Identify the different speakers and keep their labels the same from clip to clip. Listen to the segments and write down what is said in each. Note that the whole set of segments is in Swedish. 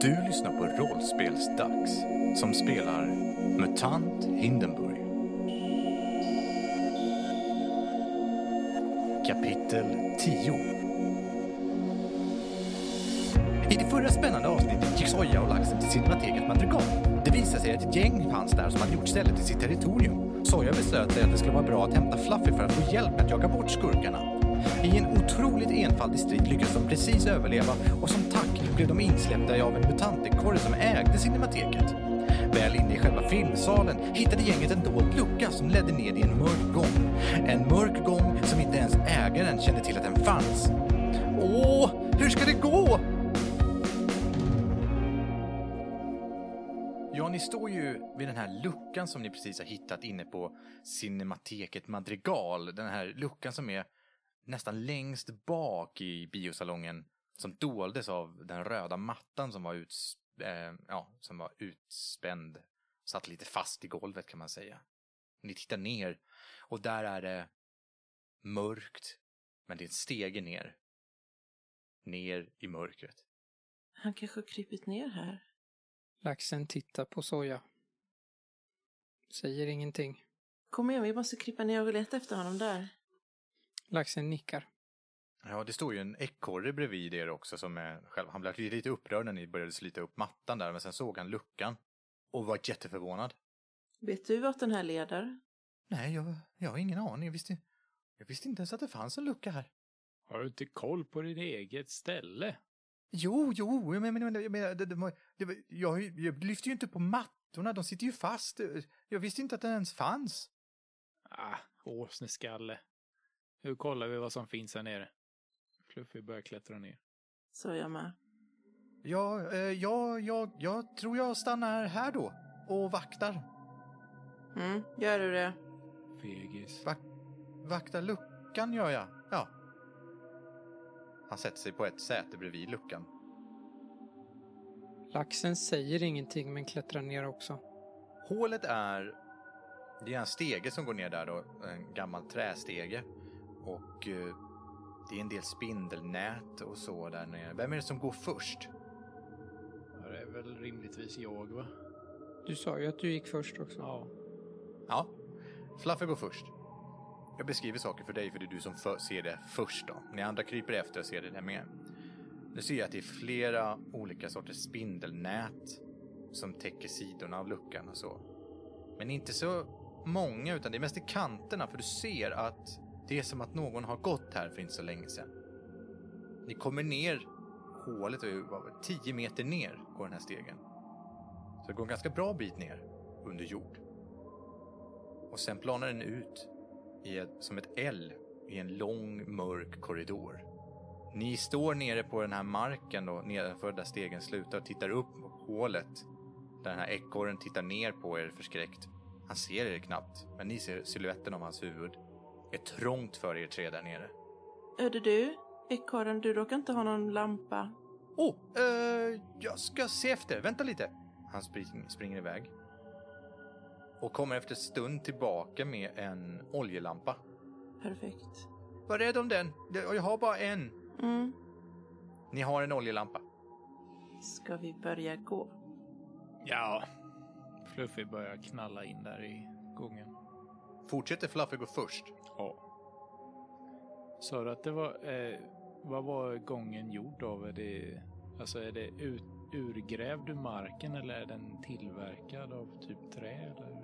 Speaker 1: Du lyssnar på Rollspelsdags som spelar MUTANT Hindenburg. Kapitel 10 I det förra spännande avsnittet gick Soja och laxen till sitt strateget madrigal. Det visade sig att ett gäng fanns där som hade gjort stället till sitt territorium. Soja beslöt sig att det skulle vara bra att hämta Fluffy för att få hjälp med att jaga bort skurkarna. I en otroligt enfaldig strid lyckades de precis överleva och som tack blev de insläppta av en mutantekorre som ägde cinemateket. Väl inne i själva filmsalen hittade gänget en dold lucka som ledde ned i en mörk gång. En mörk gång som inte ens ägaren kände till att den fanns. Åh, hur ska det gå? Ja, ni står ju vid den här luckan som ni precis har hittat inne på Cinemateket Madrigal. Den här luckan som är nästan längst bak i biosalongen som doldes av den röda mattan som var, uts eh, ja, som var utspänd. Satt lite fast i golvet kan man säga. Ni tittar ner och där är det mörkt, men det är en stege ner. Ner i mörkret.
Speaker 2: Han kanske har krypit ner här.
Speaker 3: Laxen tittar på soja. Säger ingenting.
Speaker 2: Kom igen, vi måste krypa ner och leta efter honom där.
Speaker 3: Laxen nickar.
Speaker 1: Ja, det står ju en ekorre bredvid er också som är själv. Han blev ju lite upprörd när ni började slita upp mattan där, men sen såg han luckan och var jätteförvånad.
Speaker 2: Vet du vart den här leder?
Speaker 1: Nej, jag, jag har ingen aning. Jag visste, jag visste inte ens att det fanns en lucka här.
Speaker 4: Har du inte koll på ditt eget ställe?
Speaker 1: Jo, jo, men, men, men, men det, det, var- det, var- jag, jag lyfte ju inte på mattorna, de sitter ju fast. Jag visste inte att den ens fanns.
Speaker 4: Ah, åsneskalle. Hur kollar vi vad som finns här nere? Fluffy börjar klättra ner.
Speaker 2: Så jag med.
Speaker 1: Ja, eh, ja, ja, jag tror jag stannar här då och vaktar.
Speaker 2: Mm, gör du det?
Speaker 4: Fegis.
Speaker 1: Vak vakta luckan gör jag. Ja. Han sätter sig på ett säte bredvid luckan.
Speaker 3: Laxen säger ingenting men klättrar ner också.
Speaker 1: Hålet är... Det är en stege som går ner där då. En gammal trästege. Och eh, det är en del spindelnät och så där nere. Vem är det som går först?
Speaker 4: Ja, det är väl rimligtvis jag, va?
Speaker 3: Du sa ju att du gick först också.
Speaker 4: Ja.
Speaker 1: Ja, Fluffy går först. Jag beskriver saker för dig för det är du som för, ser det först då. Ni andra kryper efter och ser det där med. Nu ser jag att det är flera olika sorters spindelnät som täcker sidorna av luckan och så. Men inte så många utan det är mest i kanterna för du ser att det är som att någon har gått här för inte så länge sedan. Ni kommer ner, hålet är ju vad, 10 meter ner går den här stegen. Så det går en ganska bra bit ner under jord. Och sen planar den ut i ett, som ett L i en lång mörk korridor. Ni står nere på den här marken då, nedanför där stegen slutar och tittar upp på hålet. Där den här ekorren tittar ner på er förskräckt. Han ser er knappt, men ni ser siluetten av hans huvud. Det är trångt för er tre där nere.
Speaker 2: Öde du? Ekorren, du råkar inte ha någon lampa?
Speaker 1: Åh, oh, eh, jag ska se efter. Vänta lite. Han spring, springer iväg. Och kommer efter en stund tillbaka med en oljelampa.
Speaker 2: Perfekt.
Speaker 1: Var rädd om den. Det- och Jag har bara en.
Speaker 2: Mm.
Speaker 1: Ni har en oljelampa.
Speaker 2: Ska vi börja gå?
Speaker 4: Ja. Fluffy börjar knalla in där i gången.
Speaker 1: Fortsätter Fluffy gå först.
Speaker 4: Ja. Sa du att det var... Eh, vad var gången gjord av? Är det, alltså är det ut, urgrävd ur marken eller är den tillverkad av typ trä eller?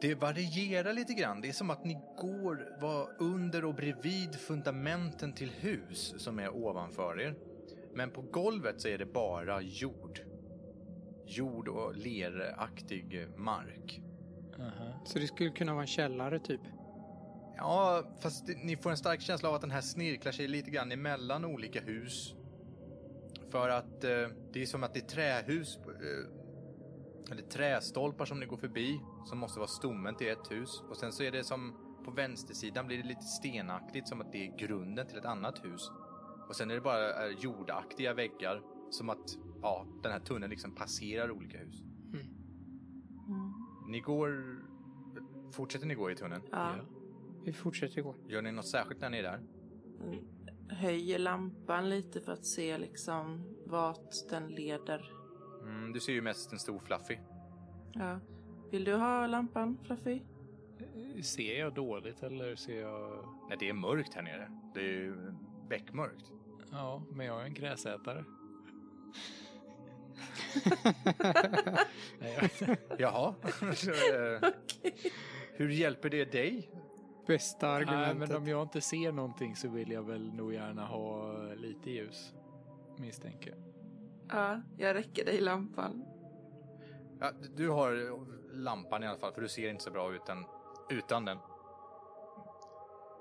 Speaker 1: Det varierar lite grann. Det är som att ni går var under och bredvid fundamenten till hus som är ovanför er. Men på golvet så är det bara jord. Jord och leraktig mark.
Speaker 4: Aha.
Speaker 3: Så det skulle kunna vara en källare typ.
Speaker 1: Ja, fast det- ni får en stark känsla av att den här snirklar sig lite grann emellan olika hus. För att eh, det är som att det är trähus, eh, eller trästolpar som ni går förbi, som måste vara stommen till ett hus. Och sen så är det som, på vänstersidan blir det lite stenaktigt, som att det är grunden till ett annat hus. Och sen är det bara eh, jordaktiga väggar, som att, ja, den här tunneln liksom passerar olika hus.
Speaker 2: Mm.
Speaker 1: Ni går, fortsätter ni gå i tunneln?
Speaker 2: Ja.
Speaker 3: Vi fortsätter gå.
Speaker 1: Gör ni något särskilt när ni är där?
Speaker 2: Mm. Höjer lampan lite för att se liksom vart den leder.
Speaker 1: Mm, du ser ju mest en stor Fluffy.
Speaker 2: Ja. Vill du ha lampan, Fluffy?
Speaker 4: Eh, Ser jag dåligt eller ser jag...
Speaker 1: Nej, det är mörkt här nere. Det är ju beckmörkt.
Speaker 4: Ja, men jag är en gräsätare. Nej, jag...
Speaker 1: Jaha. Så, eh, Hur hjälper det dig?
Speaker 3: Bästa
Speaker 4: Nej,
Speaker 3: argumentet.
Speaker 4: men om jag inte ser någonting så vill jag väl nog gärna ha lite ljus. Misstänker jag.
Speaker 2: Ja, jag räcker dig lampan.
Speaker 1: Ja, du har lampan i alla fall, för du ser inte så bra utan, utan den.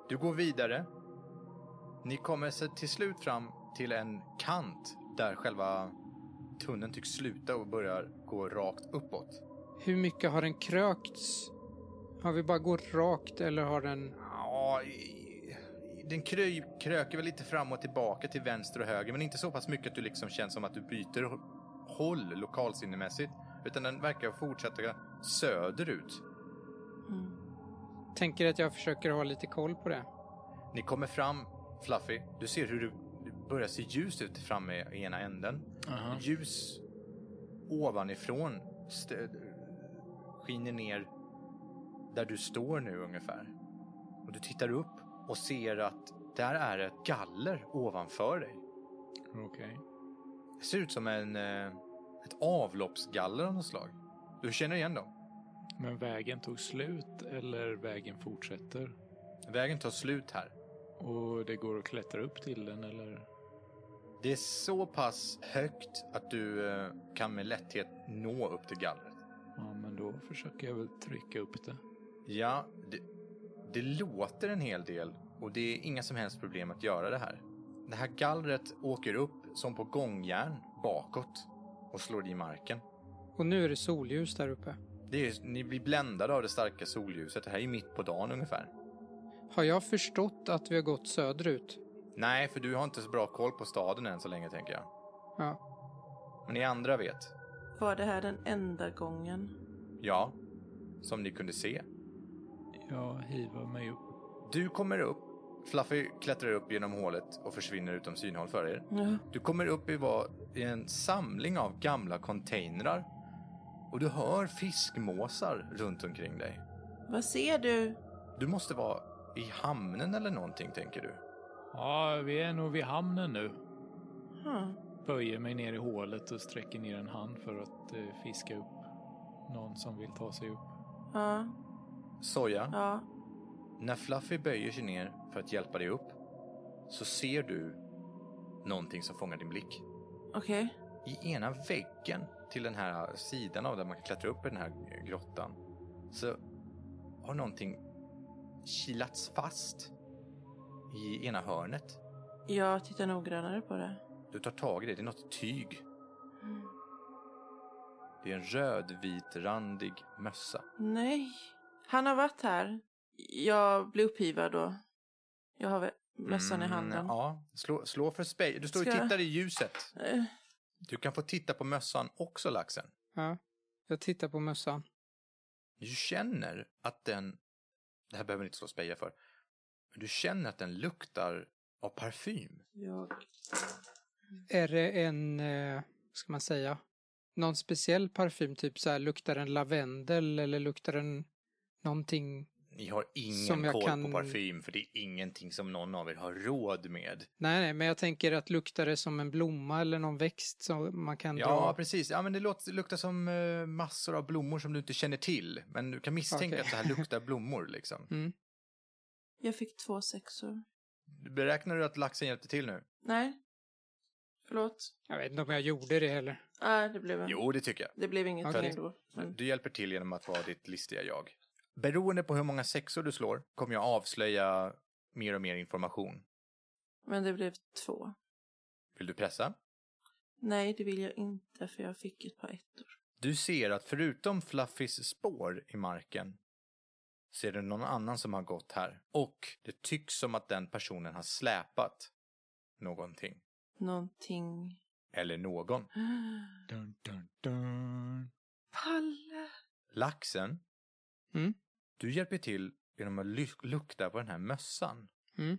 Speaker 1: Du går vidare. Ni kommer se- till slut fram till en kant där själva tunneln tycks sluta och börjar gå rakt uppåt.
Speaker 3: Hur mycket har den krökts? Har vi bara gått rakt eller har den...
Speaker 1: Ja, i- den kry, kröker väl lite fram och tillbaka till vänster och höger, men inte så pass mycket att du liksom känns som att du byter hå- håll lokalsinnemässigt, utan den verkar fortsätta söderut.
Speaker 2: Mm.
Speaker 3: Tänker att jag försöker ha lite koll på det.
Speaker 1: Ni kommer fram, Fluffy. Du ser hur det börjar se ljust ut framme i ena änden. Ljus ovanifrån st- skiner ner där du står nu ungefär. Och du tittar upp och ser att där är ett galler ovanför dig.
Speaker 4: Okej.
Speaker 1: Det ser ut som en, eh, ett avloppsgaller av något slag. Du känner igen dem.
Speaker 4: Men vägen tog slut eller vägen fortsätter?
Speaker 1: Vägen tar slut här.
Speaker 4: Och det går att klättra upp till den eller?
Speaker 1: Det är så pass högt att du eh, kan med lätthet nå upp till gallret.
Speaker 4: Ja, men då försöker jag väl trycka upp det.
Speaker 1: Ja, det, det låter en hel del och det är inga som helst problem att göra det här. Det här gallret åker upp som på gångjärn bakåt och slår i marken.
Speaker 3: Och nu är det solljus där uppe.
Speaker 1: Det är, ni blir bländade av det starka solljuset. Det här är mitt på dagen ungefär.
Speaker 3: Har jag förstått att vi har gått söderut?
Speaker 1: Nej, för du har inte så bra koll på staden än så länge tänker jag.
Speaker 3: Ja.
Speaker 1: Men ni andra vet.
Speaker 2: Var det här den enda gången?
Speaker 1: Ja, som ni kunde se.
Speaker 4: Jag hivar mig upp.
Speaker 1: Du kommer upp. Fluffy klättrar upp genom hålet och försvinner utom synhåll för er.
Speaker 2: Ja.
Speaker 1: Du kommer upp i, vad, i en samling av gamla containrar och du hör fiskmåsar runt omkring dig.
Speaker 2: Vad ser du?
Speaker 1: Du måste vara i hamnen eller någonting, tänker du.
Speaker 4: Ja, vi är nog vid hamnen nu.
Speaker 2: Huh.
Speaker 4: Böjer mig ner i hålet och sträcker ner en hand för att eh, fiska upp någon som vill ta sig upp.
Speaker 2: Ja,
Speaker 1: Soja,
Speaker 2: ja.
Speaker 1: när Fluffy böjer sig ner för att hjälpa dig upp så ser du någonting som fångar din blick.
Speaker 2: Okej.
Speaker 1: I ena väggen till den här sidan av där man kan klättra upp i den här grottan så har någonting kilats fast i ena hörnet.
Speaker 2: Jag tittar noggrannare på det.
Speaker 1: Du tar tag i det, det är något tyg. Det är en rödvitrandig mössa.
Speaker 2: Nej. Han har varit här. Jag blir upphivad då. Jag har vä- mössan i handen.
Speaker 1: Mm, Ja, slå, slå för spej. Du står och
Speaker 2: Ska jag-
Speaker 1: tittar i ljuset.
Speaker 2: Eh,
Speaker 1: Du kan få titta på mössan också, laxen.
Speaker 3: ja. Jag tittar på mössan.
Speaker 1: Du känner att den... Det här behöver ni inte slå speja för. Men du känner att den luktar av parfym.
Speaker 2: Jag...
Speaker 3: Är det en, eh, vad ska man säga, någon speciell parfym? Typ så här, luktar den lavendel eller luktar den någonting?
Speaker 1: Ni har ingen
Speaker 3: Som jag
Speaker 1: koll på
Speaker 3: kan-
Speaker 1: parfym, för det är ingenting som någon av er har råd med.
Speaker 3: Nej, nej, men jag tänker att luktar det som en blomma eller någon växt som man kan
Speaker 1: Ja,
Speaker 3: dra?
Speaker 1: precis. Ja, men det låter, luktar som eh, massor av blommor som du inte känner till. Men du kan misstänka
Speaker 3: Okej.
Speaker 1: att det här luktar blommor. Liksom.
Speaker 3: Mm.
Speaker 2: jag fick två sexor.
Speaker 1: Beräknar du att laxen hjälpte till nu?
Speaker 2: Nej. Förlåt.
Speaker 3: Jag vet inte om jag gjorde det heller.
Speaker 2: Nej, det blev en.
Speaker 1: Jo, det tycker jag.
Speaker 2: Det blev inget
Speaker 3: Okej.
Speaker 2: ändå. Men...
Speaker 1: Du hjälper till genom att vara ditt listiga jag. Beroende på hur många sexor du slår kommer jag avslöja mer och mer information.
Speaker 2: men det blev två.
Speaker 1: Vill du pressa?
Speaker 2: Nej, det vill jag inte för jag fick ett par ettor.
Speaker 1: Du ser att förutom Fluffys spår i marken ser du någon annan som har gått här. Och det tycks som att den personen har släpat någonting.
Speaker 2: Någonting.
Speaker 1: Eller någon.
Speaker 4: Dun, dun, dun.
Speaker 2: Palle!
Speaker 1: Laxen,
Speaker 3: Mm.
Speaker 1: du hjälper till genom att ly- lukta på den här mössan.
Speaker 3: Mm.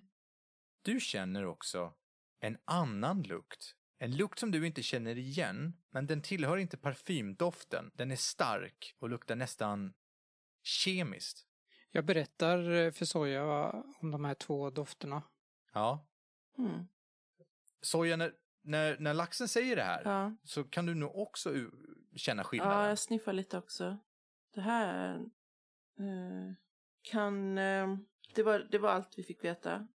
Speaker 1: Du känner också en annan lukt En lukt som du inte känner igen, men den tillhör inte parfymdoften. Den är stark och luktar nästan kemiskt.
Speaker 3: Jag berättar eh, för Soja va, om de här två dofterna.
Speaker 1: Ja.
Speaker 2: Mm.
Speaker 1: Soja, när, när, när laxen säger det här
Speaker 2: Ja.
Speaker 1: så kan du nog också u- känna
Speaker 2: ja,
Speaker 1: skillnaden.
Speaker 2: jag sniffar lite också. Det här eh, kan... eh, det, var, det var allt vi fick veta.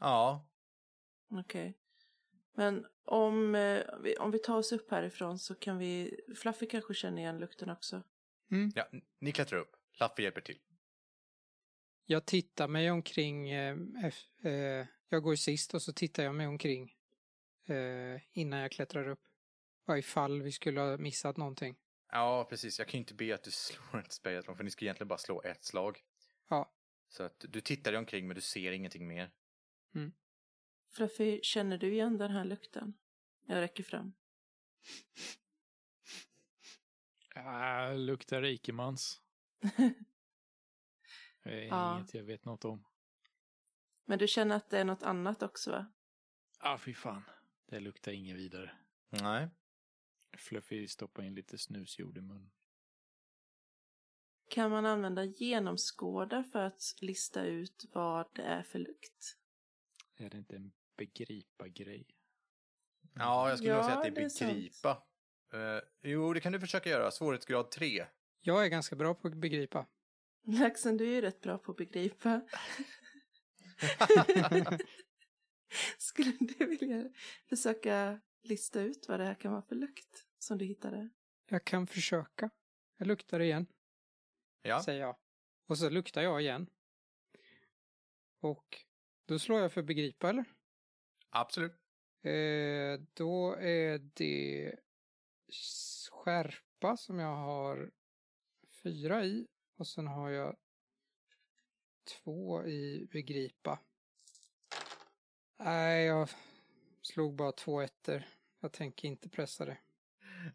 Speaker 1: Ja.
Speaker 2: Okej. Men om, eh, vi, om vi tar oss upp härifrån så kan vi... Fluffy kanske känner igen lukten också.
Speaker 1: ja. Ni klättrar upp. Laffe hjälper till.
Speaker 3: Jag tittar mig omkring, eh, ef- eh, jag går sist och så tittar jag mig omkring eh, innan jag klättrar upp. Vad ifall vi skulle ha missat någonting.
Speaker 1: Ja, precis. Jag kan ju inte be att du slår ett spejatlon för ni ska egentligen bara slå ett slag.
Speaker 3: Ja.
Speaker 1: Så att du tittar dig omkring men du ser ingenting mer.
Speaker 2: Fluffy, känner du igen den här lukten? Jag räcker fram.
Speaker 4: Ah, luktar rikemans. Det är
Speaker 2: Ja.
Speaker 4: inget jag vet något om.
Speaker 2: Men du känner att det är något annat också, va?
Speaker 4: Ah, fy fan. Det luktar inget vidare.
Speaker 1: Nej.
Speaker 4: Fluffy stoppar in lite snusjord i munnen.
Speaker 2: Kan man använda genomskåda för att lista ut vad det är för lukt?
Speaker 4: Är det inte en begripa-grej?
Speaker 1: Ja, jag skulle nog
Speaker 2: Ja,
Speaker 1: säga att det
Speaker 2: det är
Speaker 1: är
Speaker 2: sant.
Speaker 1: begripa. Eh, jo, det kan du försöka göra. Svårighetsgrad 3.
Speaker 3: Jag är ganska bra på att begripa.
Speaker 2: Laxen, du är ju rätt bra på att begripa. Skulle du vilja försöka lista ut vad det här kan vara för lukt som du hittade?
Speaker 3: Jag kan försöka. Jag luktar igen,
Speaker 1: Ja.
Speaker 3: säger jag. Och så luktar jag igen. Och då slår jag för begripa, eller?
Speaker 1: Absolut.
Speaker 3: Eh, då är det skärpa som jag har fyra i och sen har jag två i begripa. Nej, jag slog bara två ettor. Jag tänker inte pressa det.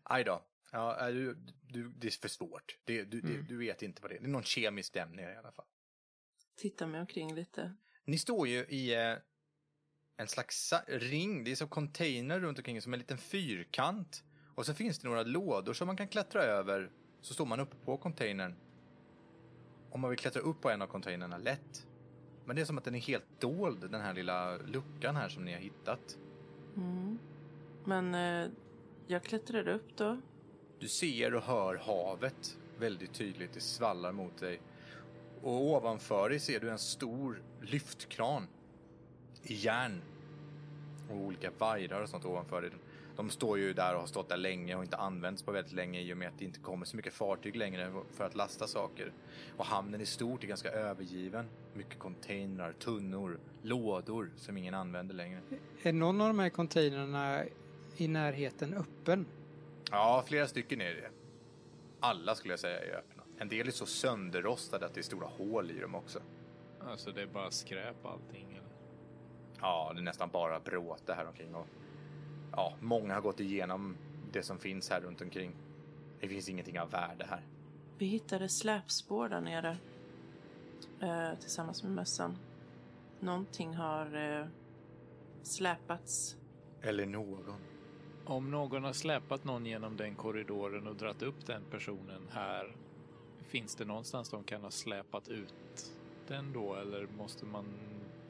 Speaker 1: Aj då. Ja, är du, du, det är för svårt. Det, du, det,
Speaker 3: Mm.
Speaker 1: du vet inte vad det är. Det är någon kemisk ämne i alla fall.
Speaker 2: Titta mig omkring lite.
Speaker 1: Ni står ju i eh, en slags sa- ring. Det är som container runt omkring som en liten fyrkant. Och så finns det några lådor som man kan klättra över. Så står man uppe på containern. Om man vill klättra upp på en av containerna lätt. Men det är som att den är helt dold, den här lilla luckan här som ni har hittat.
Speaker 2: Mm. Men eh, jag klättrade upp då.
Speaker 1: Du ser och hör havet väldigt tydligt. Det svallar mot dig. Och ovanför dig ser du en stor lyftkran i järn. Och olika vajrar och sånt ovanför dig. De står ju där och har stått där länge och inte använts på väldigt länge i och med att det inte kommer så mycket fartyg längre för att lasta saker. Och hamnen i stort är ganska övergiven. Mycket containrar, tunnor, lådor som ingen använder längre.
Speaker 3: Är någon av de här containrarna i närheten öppen?
Speaker 1: Ja, flera stycken är det. Alla skulle jag säga är öppna. En del är så sönderrostade att det är stora hål i dem också.
Speaker 4: Alltså det är bara skräp allting eller?
Speaker 1: Ja, det är nästan bara bråte här omkring och ja, många har gått igenom det som finns här runt omkring. Det finns ingenting av värde här.
Speaker 2: Vi hittade släpspår där nere. Eh, tillsammans med mössan. Någonting har eh, släpats.
Speaker 1: Eller någon.
Speaker 4: Om någon har släpat någon genom den korridoren och dratt upp den personen här, finns det någonstans de kan ha släpat ut den då eller måste man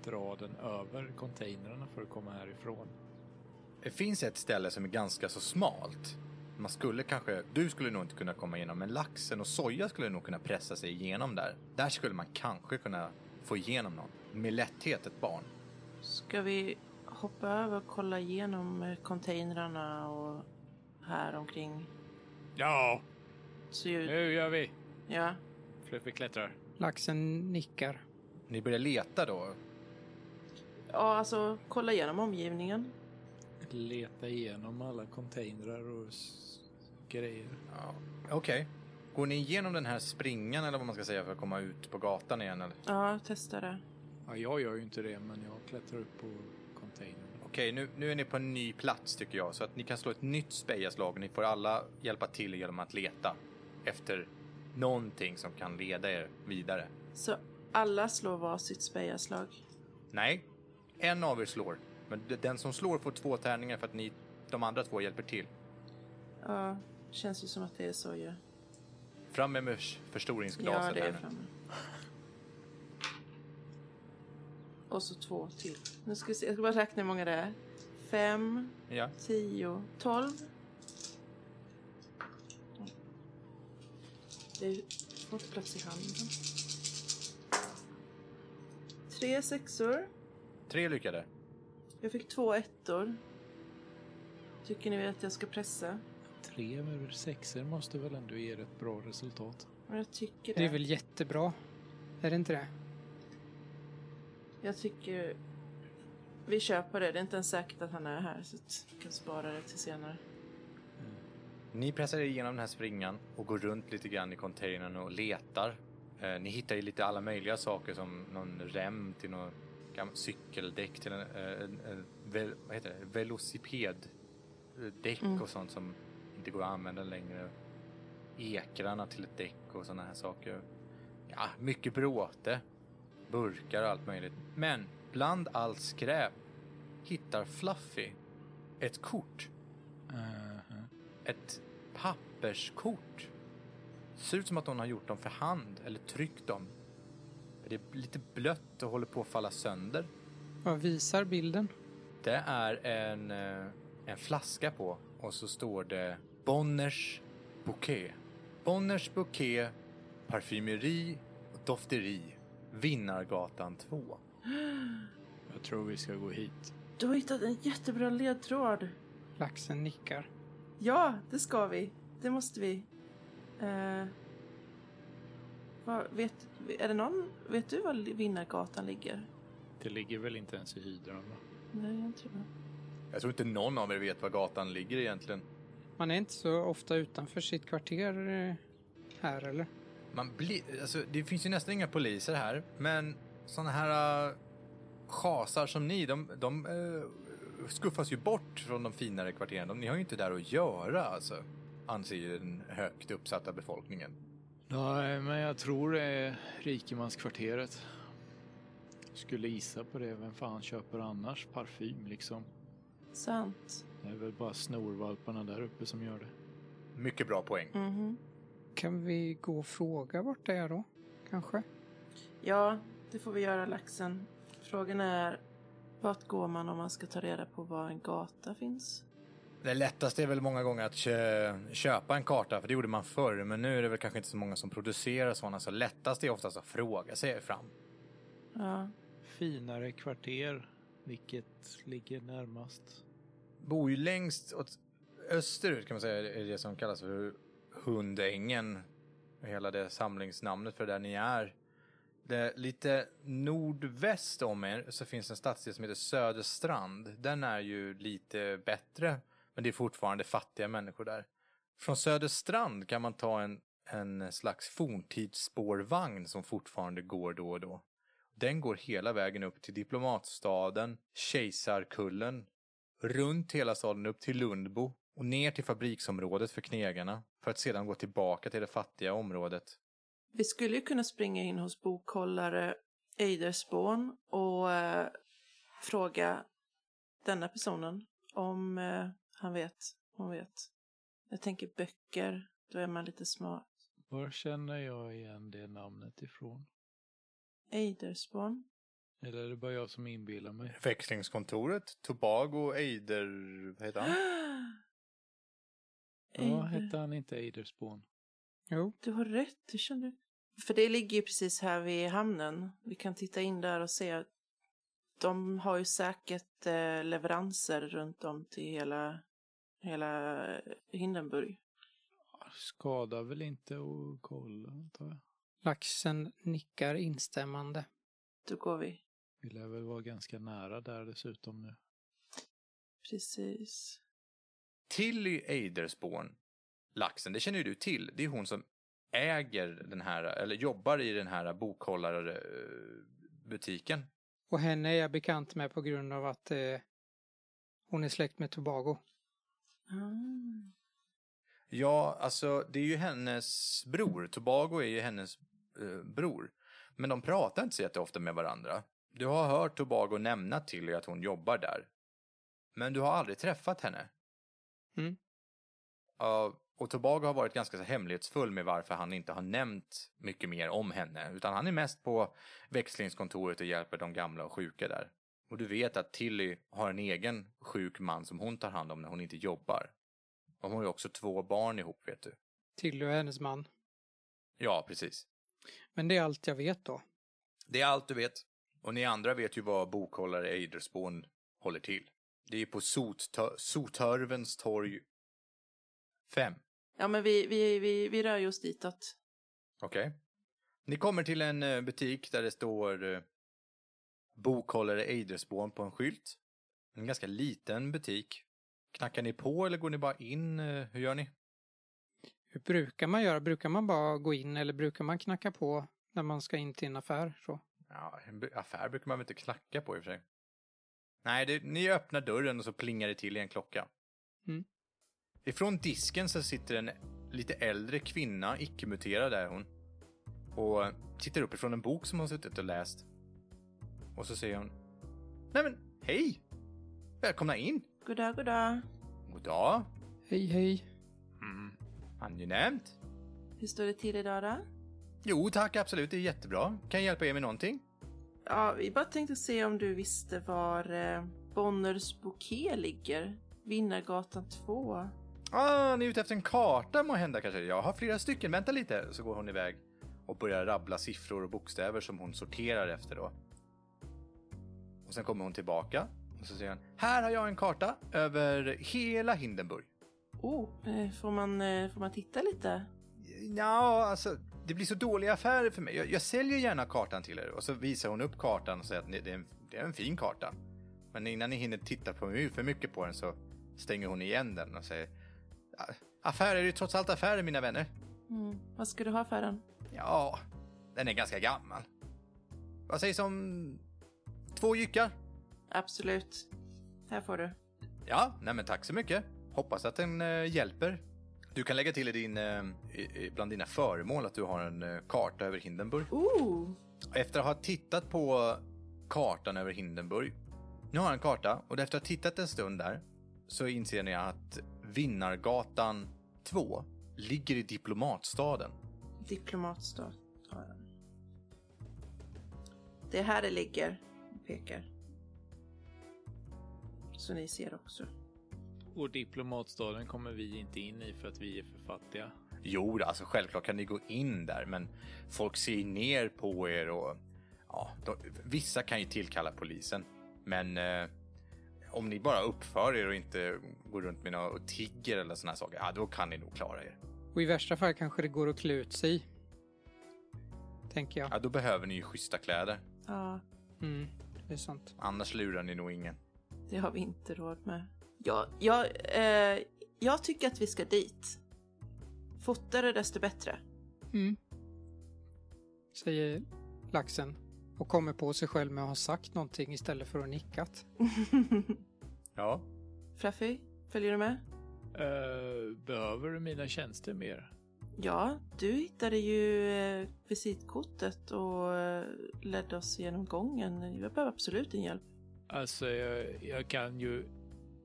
Speaker 4: dra den över containrarna för att komma härifrån?
Speaker 1: Det finns ett ställe som är ganska så smalt. Man skulle kanske, du skulle nog inte kunna komma igenom, men laxen och soja skulle nog kunna pressa sig igenom där. Där skulle man kanske kunna få igenom någon. Med lätthet ett barn.
Speaker 2: Ska vi hoppa över och kolla igenom eh, containrarna och här omkring?
Speaker 4: Ja,
Speaker 2: Så ju,
Speaker 4: nu gör vi!
Speaker 2: ja.
Speaker 4: Fluffy klättrar.
Speaker 3: Laxen nickar.
Speaker 1: Ni börjar leta då.
Speaker 2: ja, alltså kolla igenom omgivningen.
Speaker 4: Leta igenom alla containrar och s- grejer.
Speaker 1: Ja, Okej. Går ni igenom den här springan eller vad man ska säga för att komma ut på gatan igen? Eller?
Speaker 2: Ja, testa det.
Speaker 4: Ja, jag gör ju inte det, men jag klättrar upp på containern.
Speaker 1: Okej, nu, nu är ni på en ny plats tycker jag. Så att ni kan slå ett nytt spejaslag och ni får alla hjälpa till genom att leta efter någonting som kan leda er vidare.
Speaker 2: Så alla slår var sitt spejaslag.
Speaker 1: Nej, en av er slår. Men d- den som slår får två tärningar för att ni De andra två hjälper till.
Speaker 2: Ja, känns ju som att det är så ju.
Speaker 1: Fram med
Speaker 2: Ja,
Speaker 1: förstoringsglaset
Speaker 2: det
Speaker 1: här
Speaker 2: är
Speaker 1: nu.
Speaker 2: framme. Och så två till. Nu ska vi se, jag ska bara räkna hur många det är. Fem,
Speaker 1: Ja.
Speaker 2: tio, tolv. Det är får inte plats i handen. Tre sexor.
Speaker 1: Tre lyckade.
Speaker 2: Jag fick två ettor. Tycker ni att jag ska pressa?
Speaker 4: Tre ur sexer måste väl ändå ge ett bra resultat.
Speaker 2: Ja, Jag tycker det.
Speaker 3: Det är väl jättebra? Är det inte det?
Speaker 2: Jag tycker vi kör på det. Det är inte ens säkert att han är här så att vi kan spara det till senare.
Speaker 1: Ni pressar er igenom den här springan och går runt lite grann i containern och letar. Eh, ni hittar ju lite alla möjliga saker som någon rem till någon gam- cykeldäck till en, eh, en, en vel, vad heter det? velocipeddäck
Speaker 2: Mm.
Speaker 1: och sånt som inte går att använda längre. Ekrarna till ett däck och såna här saker. Ja, mycket bråte, burkar och allt möjligt. Men bland allt skräp hittar Fluffy ett kort
Speaker 4: Aha.
Speaker 1: ett papperskort. Ser ut som att hon har gjort dem för hand eller tryckt dem. Det är lite blött och håller på att falla sönder.
Speaker 3: Vad visar bilden?
Speaker 1: Det är en, eh, en flaska på och så står det Bonners Bouquet. Bonners Bouquet, parfymeri och dofteri. Vinnargatan 2.
Speaker 4: Jag tror vi ska gå hit.
Speaker 2: Du har hittat en jättebra ledtråd.
Speaker 3: Laxen nickar.
Speaker 2: Ja, det ska vi. Det måste vi. Eh, vad, vet, är det någon, vet du var Vinnargatan ligger?
Speaker 4: Det ligger väl inte ens i hydran va?
Speaker 2: Nej, jag tror inte.
Speaker 1: Jag tror inte någon av er vet var gatan ligger egentligen.
Speaker 3: Man är inte så ofta utanför sitt kvarter eh, här eller?
Speaker 1: Man blir, alltså, det finns ju nästan inga poliser här, men såna här uh, schasar som ni, de, de eh, skuffas ju bort från de finare kvarteren. De, ni har ju inte där att göra, alltså, anser ju den högt uppsatta befolkningen.
Speaker 4: Nej, men jag tror det är rikemanskvarteret. Skulle gissa på det. Vem fan köper annars parfym liksom?
Speaker 2: Sant.
Speaker 4: Det är väl bara snorvalparna där uppe som gör det.
Speaker 1: Mycket bra poäng.
Speaker 2: Mhm.
Speaker 3: Kan vi gå och fråga vart det är då? Kanske?
Speaker 2: Ja, det får vi göra laxen. Frågan är, vart går man om man ska ta reda på var en gata finns?
Speaker 1: Det lättaste är väl många gånger att kö, köpa en karta, för det gjorde man förr, men nu är det väl kanske inte så många som producerar sådana, så lättast är oftast att fråga sig fram.
Speaker 2: Ja,
Speaker 4: Finare kvarter. Vilket ligger närmast?
Speaker 1: bor ju längst åt österut kan man säga, är det som kallas för Hundängen. Hela det samlingsnamnet för där ni är. Det, lite nordväst om er så finns en stadsdel som heter Söderstrand. Den är ju lite bättre, men det är fortfarande fattiga människor där. Från Söderstrand kan man ta en, en slags forntidsspårvagn som fortfarande går då och då. Den går hela vägen upp till diplomatstaden, Kejsarkullen, runt hela staden upp till Lundbo och ner till fabriksområdet för knegarna för att sedan gå tillbaka till det fattiga området.
Speaker 2: Vi skulle ju kunna springa in hos bokhållare Eiderspån och eh, fråga denna personen om eh, han vet, hon vet. Jag tänker böcker, då är man lite smart.
Speaker 4: Var känner jag igen det namnet ifrån?
Speaker 2: Eiderspån?
Speaker 4: Eller är det bara jag som inbillar mig?
Speaker 1: Växlingskontoret, Tobago, Eider... Vad heter han?
Speaker 4: Ja,
Speaker 2: Eider.
Speaker 4: hette han inte Eiderspån?
Speaker 3: Jo,
Speaker 2: Du har rätt, det känner För det ligger ju precis här vid hamnen. Vi kan titta in där och se. De har ju säkert eh, leveranser runt om till hela, hela Hindenburg.
Speaker 4: Skadar väl inte att kolla, antar jag.
Speaker 3: laxen nickar instämmande.
Speaker 2: Då går vi.
Speaker 4: Vi lär väl vara ganska nära där dessutom nu.
Speaker 2: Precis.
Speaker 1: Tilly Eidersporn, laxen, det känner ju du till. Det är hon som äger den här, eller jobbar i den här eh, bokhållarbutiken.
Speaker 3: Och henne är jag bekant med på grund av att eh, hon är släkt med Tobago.
Speaker 2: Ah.
Speaker 1: Ja, alltså det är ju hennes bror. Tobago är ju hennes eh, bror. Men de pratar inte så jätteofta med varandra. Du har hört Tobago nämna till dig att hon jobbar där. Men du har aldrig träffat henne.
Speaker 3: Mm.
Speaker 1: Ja, och Tobago har varit ganska så hemlighetsfull med varför han inte har nämnt mycket mer om henne. Utan han är mest på växlingskontoret och hjälper de gamla och sjuka där. Och du vet att Tilly har en egen sjuk man som hon tar hand om när hon inte jobbar. De har ju också två barn ihop, vet du.
Speaker 3: Till och hennes man.
Speaker 1: Ja, precis.
Speaker 3: Men det är allt jag vet då.
Speaker 1: Det är allt du vet. Och ni andra vet ju vad bokhållare Eiderspån håller till. Det är på Sottö- Sothörvens torg 5.
Speaker 2: Ja, men vi, vi, vi, vi rör ju oss ditåt.
Speaker 1: Okej. Ni kommer till en eh, butik där det står eh, bokhållare Eiderspån på en skylt. En ganska liten butik. Knackar ni på eller går ni bara in? eh, Hur gör ni?
Speaker 3: Hur brukar man göra? Brukar man bara gå in eller brukar man knacka på när man ska in till en affär? Så?
Speaker 1: Ja, en bu- affär brukar man väl inte knacka på i och för sig. Nej, det, ni öppnar dörren och så plingar det till i en klocka.
Speaker 3: Mm.
Speaker 1: Ifrån disken så sitter en lite äldre kvinna, icke-muterad är hon. Och tittar upp ifrån en bok som hon suttit och läst. Och så säger hon. Nej men, hej! Välkomna in!
Speaker 2: Goddag, goddag.
Speaker 1: Goddag!
Speaker 3: Hej, hej.
Speaker 1: Mm. Angenämt!
Speaker 2: Hur står det till idag då?
Speaker 1: Jo tack, absolut, det är jättebra. Kan jag hjälpa er med någonting?
Speaker 2: Ja, vi bara tänkte se om du visste var eh, Bonners bouquet ligger. Vinnargatan 2.
Speaker 1: Ah, ni är ute efter en karta må hända kanske? Jag har flera stycken, vänta lite. Så går hon iväg och börjar rabbla siffror och bokstäver som hon sorterar efter då. Och sen kommer hon tillbaka och så säger hon, här har jag en karta över hela Hindenburg.
Speaker 2: Oh, eh, får man, eh, får man titta lite?
Speaker 1: Ja, alltså det blir så dåliga affärer för mig. Jag, jag säljer gärna kartan till er. Och så visar hon upp kartan och säger att ni- det är, en, det är en fin karta. Men innan ni hinner titta på mig för mycket på den så stänger hon igen den och säger, "Ah, affärer är ju trots allt affärer mina vänner.
Speaker 2: Mm. Vad ska du ha för den?
Speaker 1: Ja, den är ganska gammal. Vad sägs om två jyckar?
Speaker 2: Absolut. Här får du.
Speaker 1: Ja, nej men tack så mycket. Hoppas att den eh, hjälper. Du kan lägga till i din, eh, i, i- bland dina föremål att du har en eh, karta över Hindenburg.
Speaker 2: Oh,
Speaker 1: Efter att ha tittat på kartan över Hindenburg. Nu har jag en karta och efter att ha tittat en stund där så inser ni att Vinnargatan 2 ligger i diplomatstaden.
Speaker 2: diplomatstad tar jag. Det är här det ligger. Jag pekar. Så ni ser också.
Speaker 4: Och diplomatstaden kommer vi inte in i för att vi är för fattiga.
Speaker 1: Jo, alltså självklart kan ni gå in där, men folk ser ju ner på er och ja, de, vissa kan ju tillkalla polisen. Men eh, om ni bara uppför er och inte går runt med några och tigger eller såna här saker, ja, då kan ni nog klara er.
Speaker 3: Och i värsta fall kanske det går att klä ut sig. Tänker jag.
Speaker 1: Ja, då behöver ni ju schyssta kläder,
Speaker 2: Ja,
Speaker 3: Mm, det är sant.
Speaker 1: annars lurar ni nog ingen.
Speaker 2: det har vi inte råd med. Jag, jag, eh, jag tycker att vi ska dit. Fortare desto bättre.
Speaker 3: Mm. Säger laxen. Och kommer på sig själv med att ha sagt någonting istället för att nickat.
Speaker 1: Ja,
Speaker 2: Fluffy, följer du med?
Speaker 4: Eh, behöver du mina tjänster mer?
Speaker 2: Ja, du hittade ju eh, visitkortet och eh, ledde oss genom gången. Jag behöver absolut din hjälp.
Speaker 4: Alltså, jag, jag kan ju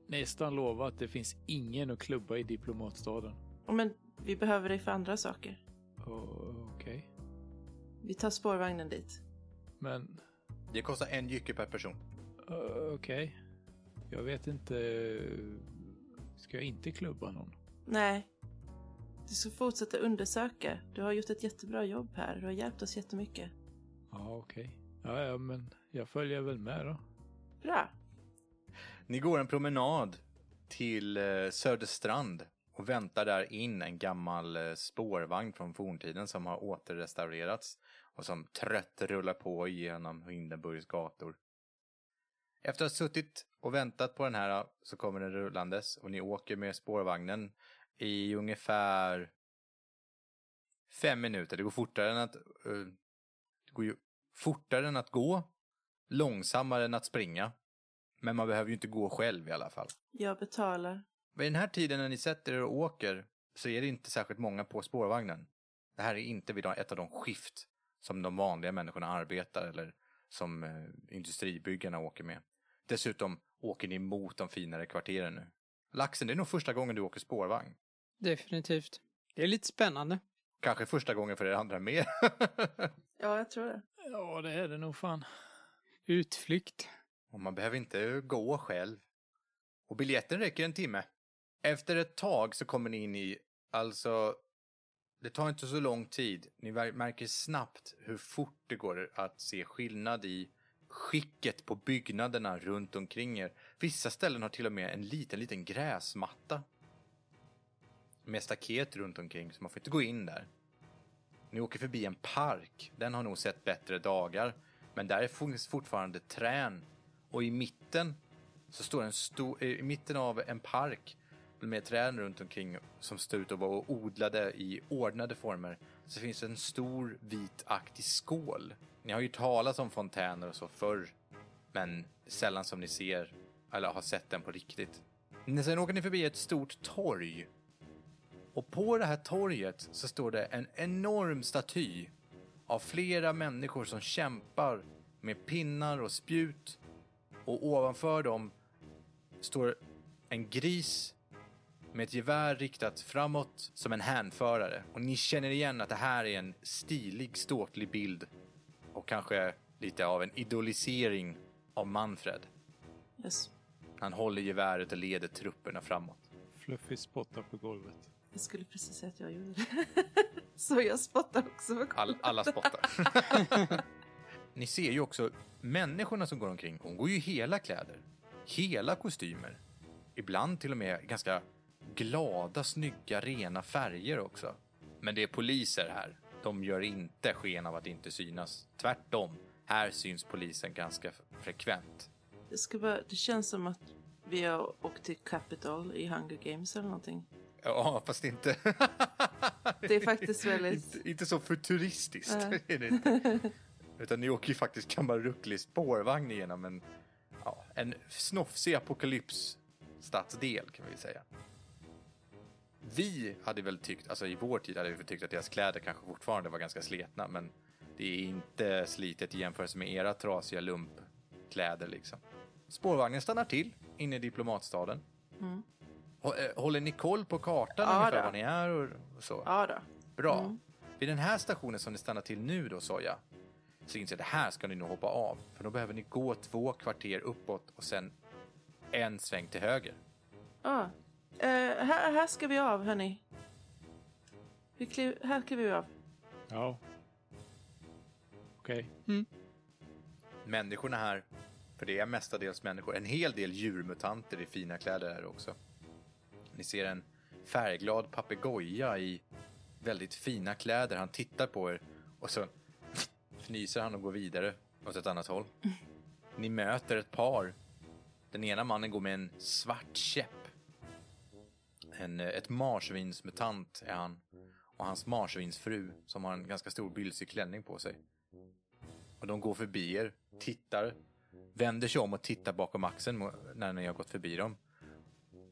Speaker 4: nästan lova att det finns ingen att klubba i diplomatstaden.
Speaker 2: Men vi behöver dig för andra saker.
Speaker 4: Oh, Okej.
Speaker 2: Vi tar spårvagnen dit.
Speaker 4: Men
Speaker 1: det kostar en jycke per person.
Speaker 4: eh, okej. Jag vet inte. Ska jag inte klubba någon?
Speaker 2: Nej. Du ska fortsätta undersöka. Du har gjort ett jättebra jobb här. Du har hjälpt oss jättemycket.
Speaker 4: Ja, okej. Ja, ja, men jag följer väl med då.
Speaker 2: Bra.
Speaker 1: Ni går en promenad till eh, Söderstrand och väntar där in en gammal eh, spårvagn från forntiden som har återrestaurerats och som trött rullar på genom Hindenburgs gator. Efter att ha suttit och väntat på den här eh, så kommer den rullandes och ni åker med spårvagnen i ungefär fem minuter. Det går fortare än att, eh, det går ju fortare än att gå, långsammare än att springa. Men man behöver ju inte gå själv i alla fall.
Speaker 2: Jag betalar.
Speaker 1: Vid den här tiden när ni sätter er och åker så är det inte särskilt många på spårvagnen. Det här är inte vid de- ett av de skift som de vanliga människorna arbetar eller som eh, industribyggarna åker med. Dessutom åker ni mot de finare kvarteren nu. Laxen, det är nog första gången du åker spårvagn.
Speaker 3: Definitivt. Det är lite spännande.
Speaker 1: Kanske första gången för er andra med.
Speaker 2: Ja, jag tror det.
Speaker 4: Ja, det är det nog fan.
Speaker 3: Utflykt.
Speaker 1: Och man behöver inte gå själv. Och biljetten räcker en timme. Efter ett tag så kommer ni in i, alltså, det tar inte så lång tid. Ni ver- märker snabbt hur fort det går att se skillnad i skicket på byggnaderna runt omkring er. Vissa ställen har till och med en liten, liten gräsmatta. Med staket runt omkring, så man får inte gå in där. Ni åker förbi en park. Den har nog sett bättre dagar. Men där finns fortfarande trän. Och i mitten så står en stor... I mitten av en park med träd runt omkring som står ut och var odlade i ordnade former så finns en stor vitaktig skål. Ni har ju talat om fontäner och så förr, men sällan som ni ser eller har sett den på riktigt. Men Sen åker ni förbi ett stort torg och på det här torget så står det en enorm staty av flera människor som kämpar med pinnar och spjut och ovanför dem står en gris med ett gevär riktat framåt som en hänförare. Och ni känner igen att det här är en stilig, ståtlig bild och kanske lite av en idolisering av Manfred.
Speaker 2: Yes.
Speaker 1: Han håller geväret och leder trupperna framåt.
Speaker 5: Fluffy spottar på golvet.
Speaker 2: Jag skulle precis säga att jag gjorde det. Så jag spottar också på
Speaker 1: All, alla spottar. Ni ser ju också människorna som går omkring. Hon går ju i hela kläder, hela kostymer. Ibland till och med ganska glada, snygga, rena färger också. Men det är poliser här. De gör inte sken av att inte synas. Tvärtom. Här syns polisen ganska f- frekvent.
Speaker 2: Det, ska bara, det känns som att vi har åkt till Capital i Hunger Games eller någonting.
Speaker 1: Ja, fast inte...
Speaker 2: Det är faktiskt väldigt-
Speaker 1: inte, inte så futuristiskt.
Speaker 2: Nej.
Speaker 1: är det inte. Utan ni åker ju faktiskt gammal rucklig spårvagn igenom en, ja, en snofsig apokalypsstadsdel kan vi säga. Vi hade väl tyckt, alltså i vår tid hade vi väl tyckt att deras kläder kanske fortfarande var ganska sletna, men det är inte slitet i jämförelse med era trasiga lumpkläder liksom. Spårvagnen stannar till inne i diplomatstaden. Hå- eh, Håller ni koll på kartan
Speaker 2: Mm. Ja,
Speaker 1: ungefär
Speaker 2: då.
Speaker 1: var ni är och och så?
Speaker 2: Ja då.
Speaker 1: Bra. Vid den här stationen som ni stannar till nu då, Soja, så inser jag det här ska ni nog hoppa av. För då behöver ni gå två kvarter uppåt och sen en sväng till höger.
Speaker 2: Ja. Eh, här, här ska vi av, hörni. Vi kliv, här kliver vi av.
Speaker 4: Ja. Okej.
Speaker 1: Människorna här, för det är mestadels människor, en hel del djurmutanter i fina kläder här också. Ni ser en färgglad papegoja i väldigt fina kläder. Han tittar på er och så fnyser han och går vidare åt ett annat håll. Ni möter ett par. Den ena mannen går med en svart käpp. En, eh, ett marsvinsmutant är han. Och hans marsvinsfru som har en ganska stor bylsig klänning på sig. Och de går förbi er, tittar, vänder sig om och tittar bakom axeln mo- när ni har gått förbi dem.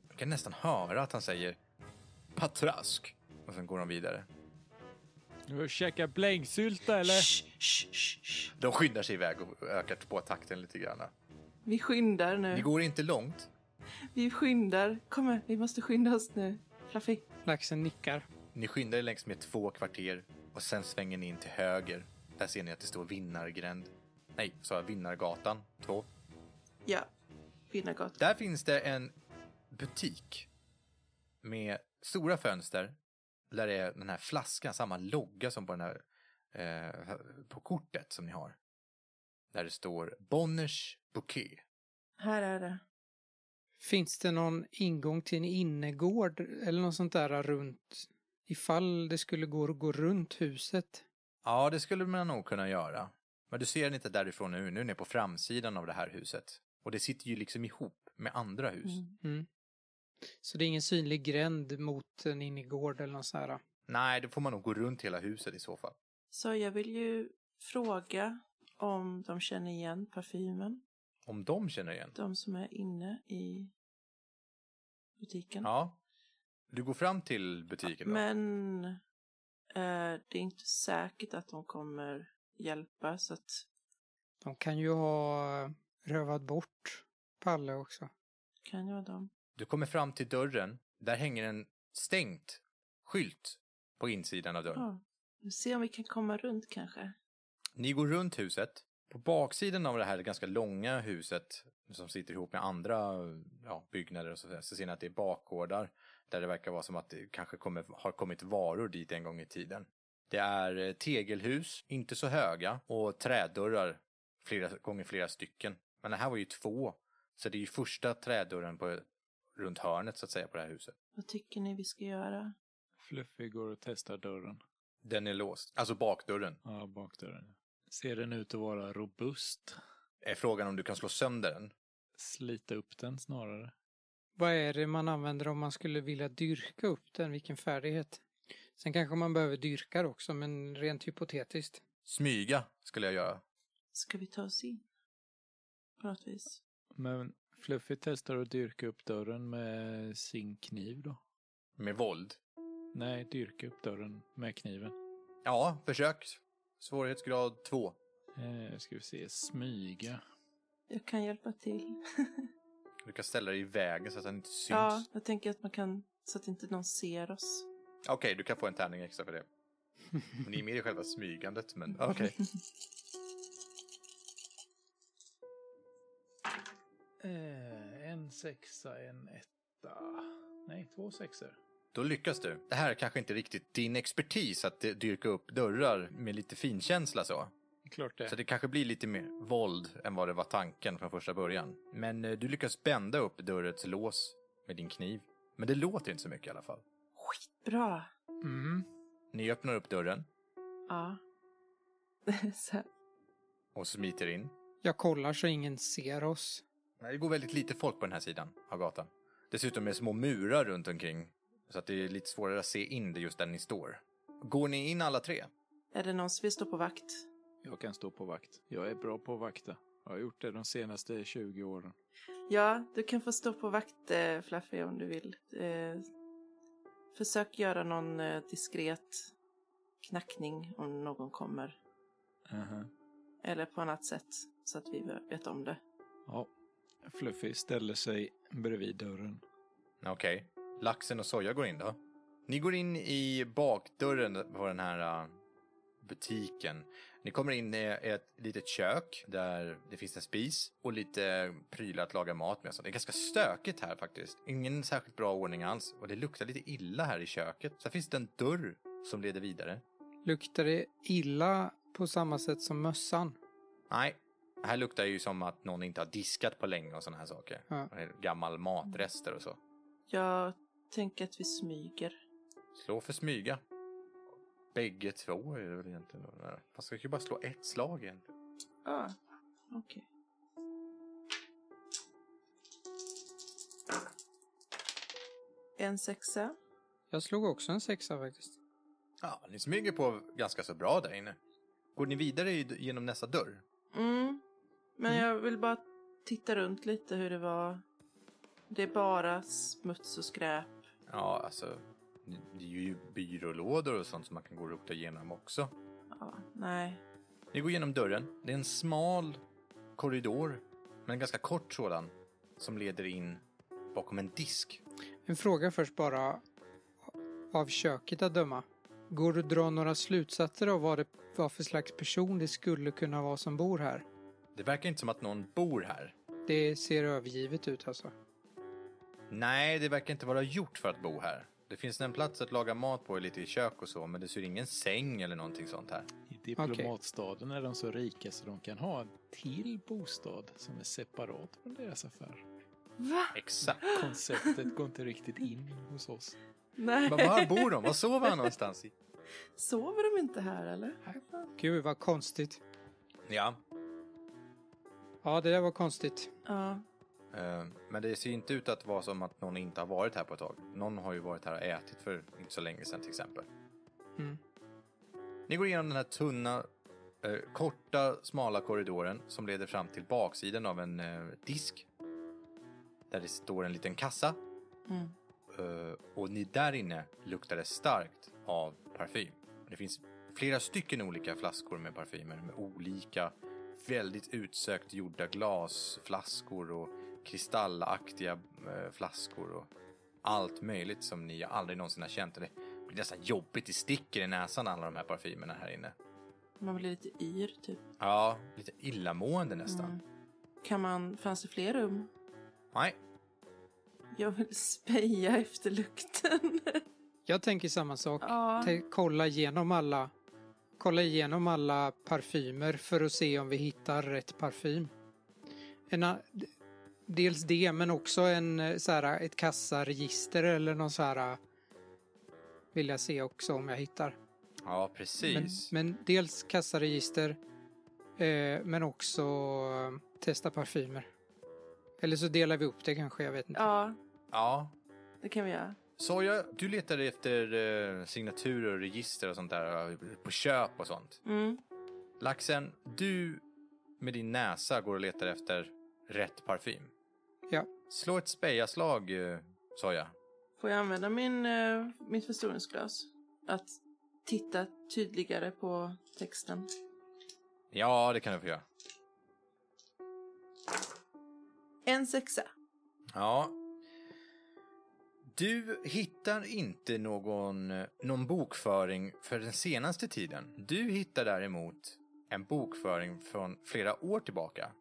Speaker 1: Jag kan nästan höra att han säger patrask. Och sen går de vidare.
Speaker 5: Nu käkar blängsylta eller?
Speaker 2: Shh, shh, shh, shh.
Speaker 1: De skyndar sig iväg och ökar på takten lite grann.
Speaker 2: Vi skyndar
Speaker 1: Ni
Speaker 2: nu.
Speaker 1: går inte långt.
Speaker 2: Vi skyndar. Kom här, vi måste skynda oss nu. Fluffy.
Speaker 3: Laxen nickar.
Speaker 1: Ni skyndar er längs med två kvarter och sen svänger ni in till höger. Där ser ni att det står vinnargränd. Nej, sa jag vinnargatan 2.
Speaker 2: Ja. Vinnargatan.
Speaker 1: Där finns det en butik med stora fönster där det är den här flaskan, samma logga som på den här eh, på kortet som ni har. Där det står Bonners Bouquet.
Speaker 2: Här är det.
Speaker 3: Finns det någon ingång till en innergård eller något sånt där runt? Ifall det skulle gå att gå runt huset.
Speaker 1: Ja, det skulle man nog kunna göra. Men du ser den inte därifrån nu, nu är ni på framsidan av det här huset. Och det sitter ju liksom ihop med andra hus.
Speaker 2: Mm.
Speaker 3: Mm. Så det är ingen synlig gränd mot en innergård eller något sånt här.
Speaker 1: Nej, då får man nog gå runt hela huset i så fall.
Speaker 2: Så jag vill ju fråga om de känner igen parfymen.
Speaker 1: Om de känner igen.
Speaker 2: De som är inne i butiken.
Speaker 1: Ja. Du går fram till butiken då?
Speaker 2: Men eh, det är inte säkert att de kommer hjälpa så att
Speaker 3: De kan ju ha rövat bort eh, Palle också.
Speaker 2: kan jag dem.
Speaker 1: Du kommer fram till dörren. Där hänger en stängt skylt på insidan av dörren.
Speaker 2: Ja. Vi ser om vi kan komma runt kanske.
Speaker 1: Ni går runt huset. På baksidan av det här ganska långa huset som sitter ihop med andra ja, byggnader och så, där, så ser ni att det är bakgårdar där det verkar vara som att det kanske kommer, har kommit varor dit en gång i tiden. Det är eh, tegelhus, inte så höga, och trädörrar flera gånger flera stycken. Men det här var ju två, så det är ju första trädörren på, runt hörnet så att säga på det här huset.
Speaker 2: Vad tycker ni vi ska göra?
Speaker 4: Fluffy går och testar dörren.
Speaker 1: Den är låst, alltså bakdörren.
Speaker 4: Ja, bakdörren. Ser den ut att vara robust?
Speaker 1: Är frågan om du kan slå sönder den?
Speaker 4: Slita upp den snarare.
Speaker 3: Vad är det man använder om man skulle vilja dyrka upp den? Vilken färdighet? Sen kanske man behöver dyrka det också, men rent hypotetiskt.
Speaker 1: Smyga skulle jag göra.
Speaker 2: Ska vi ta oss in? På något vis.
Speaker 4: Men Fluffy testar att dyrka upp dörren med sin kniv då.
Speaker 1: Med våld?
Speaker 4: Nej, dyrka upp dörren med kniven.
Speaker 1: Ja, försök. Svårighetsgrad 2.
Speaker 4: Eh, ska vi se, smyga.
Speaker 2: Jag kan hjälpa till.
Speaker 1: Du kan ställa dig i vägen så att den inte syns.
Speaker 2: Ja, jag tänker att man kan så att inte någon ser oss.
Speaker 1: Okej, du kan få en tärning extra för det. Ni är med i själva smygandet, men okej.
Speaker 4: Eh, en sexa, en etta. Nej, två sexor.
Speaker 1: Då lyckas du. Det här är kanske inte riktigt din expertis att eh, dyrka upp dörrar med lite finkänsla så.
Speaker 4: Klart
Speaker 1: Så det kanske blir lite mer våld än vad det var tanken från första början. Men eh, du lyckas bända upp dörrets lås med din kniv. Men det låter inte så mycket i alla fall.
Speaker 2: Bra.
Speaker 4: Mm.
Speaker 1: Ni öppnar upp dörren
Speaker 2: Ja. så här.
Speaker 1: och smiter in.
Speaker 3: Jag kollar så ingen ser oss.
Speaker 1: Nej, det går väldigt lite folk på den här sidan av gatan. Dessutom är det små murar runt omkring. Så att det är lite svårare att se in det just där ni står. Går ni in alla tre?
Speaker 2: Är det någon som vill stå på vakt?
Speaker 4: Jag kan stå på vakt. Jag är bra på att vakta. Jag har gjort det de senaste 20 åren.
Speaker 2: Ja, du kan få stå på vakt eh, Fluffy om du vill. Eh, försök göra någon eh, diskret knackning om någon kommer.
Speaker 4: uh
Speaker 2: Eller på annat sätt så att vi vet om det.
Speaker 4: Ja. Fluffy ställer sig bredvid dörren.
Speaker 1: Okej. Laxen och soja går in då. Ni går in i bakdörren på den här äh, butiken. Ni kommer in i ett litet kök där det finns en spis och lite prylar att laga mat med. Så det är ganska stökigt här faktiskt. Ingen särskilt bra ordning alls och det luktar lite illa här i köket. Sen finns det en dörr som leder vidare.
Speaker 3: Luktar det illa på samma sätt som mössan?
Speaker 1: Nej, här luktar det ju som att någon inte har diskat på länge och sådana här saker.
Speaker 3: Ja.
Speaker 1: Gammal matrester och så.
Speaker 2: Jag tänker att vi smyger.
Speaker 1: Slå för smyga. Bägge två är det väl egentligen. Nej, Man ska ju bara slå ett slag egentligen.
Speaker 2: Ja, okej. En sexa.
Speaker 3: Jag slog också en sexa faktiskt.
Speaker 1: Ja, ni smyger på ganska så bra där inne. Går ni vidare i- genom nästa dörr?
Speaker 2: Mm. Men jag vill bara titta runt lite hur det var. Det är bara smuts och skräp.
Speaker 1: Ja, alltså. Det är ju byrålådor och sånt som man kan gå och rota igenom också.
Speaker 2: Ja, nej.
Speaker 1: Ni går igenom dörren. Det är en smal korridor, men en ganska kort sådan, som leder in bakom en disk.
Speaker 3: En fråga först bara. Av köket att döma. Går du att dra några slutsatser av vad, det, vad för slags person det skulle kunna vara som bor här?
Speaker 1: Det verkar inte som att någon bor här.
Speaker 3: Det ser övergivet ut alltså.
Speaker 1: Nej, det verkar inte vara gjort för att bo här. Det finns en plats att laga mat på lite i kök och så, men det ser ingen säng eller någonting sånt här.
Speaker 4: I diplomatstaden är de så rika så de kan ha en till bostad som är separat från deras affär.
Speaker 2: Va?
Speaker 1: Exakt.
Speaker 4: Konceptet går inte riktigt in hos oss.
Speaker 2: Nej.
Speaker 1: Bara, Var bor de? Var sover han någonstans?
Speaker 2: Sover de inte här eller?
Speaker 3: Gud vad konstigt.
Speaker 1: Ja,
Speaker 3: Ja, det där var konstigt.
Speaker 2: Ja.
Speaker 1: eh, men det ser ju inte ut att vara som att någon inte har varit här på ett tag. Någon har ju varit här och ätit för inte så länge sedan till exempel.
Speaker 3: Mm.
Speaker 1: Ni går igenom den här tunna, eh, korta, smala korridoren som leder fram till baksidan av en eh, disk. Där det står en liten kassa
Speaker 2: Mm.
Speaker 1: Eh, och ni där inne luktade starkt av parfym. Det finns flera stycken olika flaskor med parfymer med olika väldigt utsökt gjorda glasflaskor och kristallaktiga eh, flaskor och allt möjligt som ni aldrig någonsin har känt. Och Det blir nästan jobbigt, det sticker i näsan alla de här parfymerna här inne.
Speaker 2: Man blir lite yr typ.
Speaker 1: Ja, lite illamående nästan.
Speaker 2: Mm. Kan man, fanns det fler rum?
Speaker 1: Nej,
Speaker 2: Jag vill speja efter lukten.
Speaker 3: Jag tänker samma sak.
Speaker 2: ja.
Speaker 3: Tänk- Kolla igenom alla Kolla igenom alla parfymer för att se om vi hittar rätt parfym. En, a- d- dels det, men också en, eh, så här, ett kassaregister eller någon så här eh, vill jag se också om jag hittar.
Speaker 1: ja
Speaker 3: Men,
Speaker 1: precis.
Speaker 3: men dels kassaregister, eh, men också eh, testa parfymer. Eller så delar vi upp det kanske, jag vet inte.
Speaker 2: ja,
Speaker 1: Ja,
Speaker 2: det kan vi göra.
Speaker 1: Soja, du letade efter eh, signaturer och register och sånt där eh, på köp och sånt.
Speaker 2: Mm.
Speaker 1: Laxen, du med din näsa går och letar efter rätt parfym.
Speaker 3: Ja.
Speaker 1: Slå ett spejaslag, eh, Soja.
Speaker 2: Får jag använda min, eh, mitt förstoringsglas? Att titta tydligare på texten.
Speaker 1: Ja, det kan du få göra.
Speaker 2: En sexa.
Speaker 1: Ja. Du hittar inte någon, eh, någon bokföring för den senaste tiden. Du hittar däremot en bokföring från flera år tillbaka.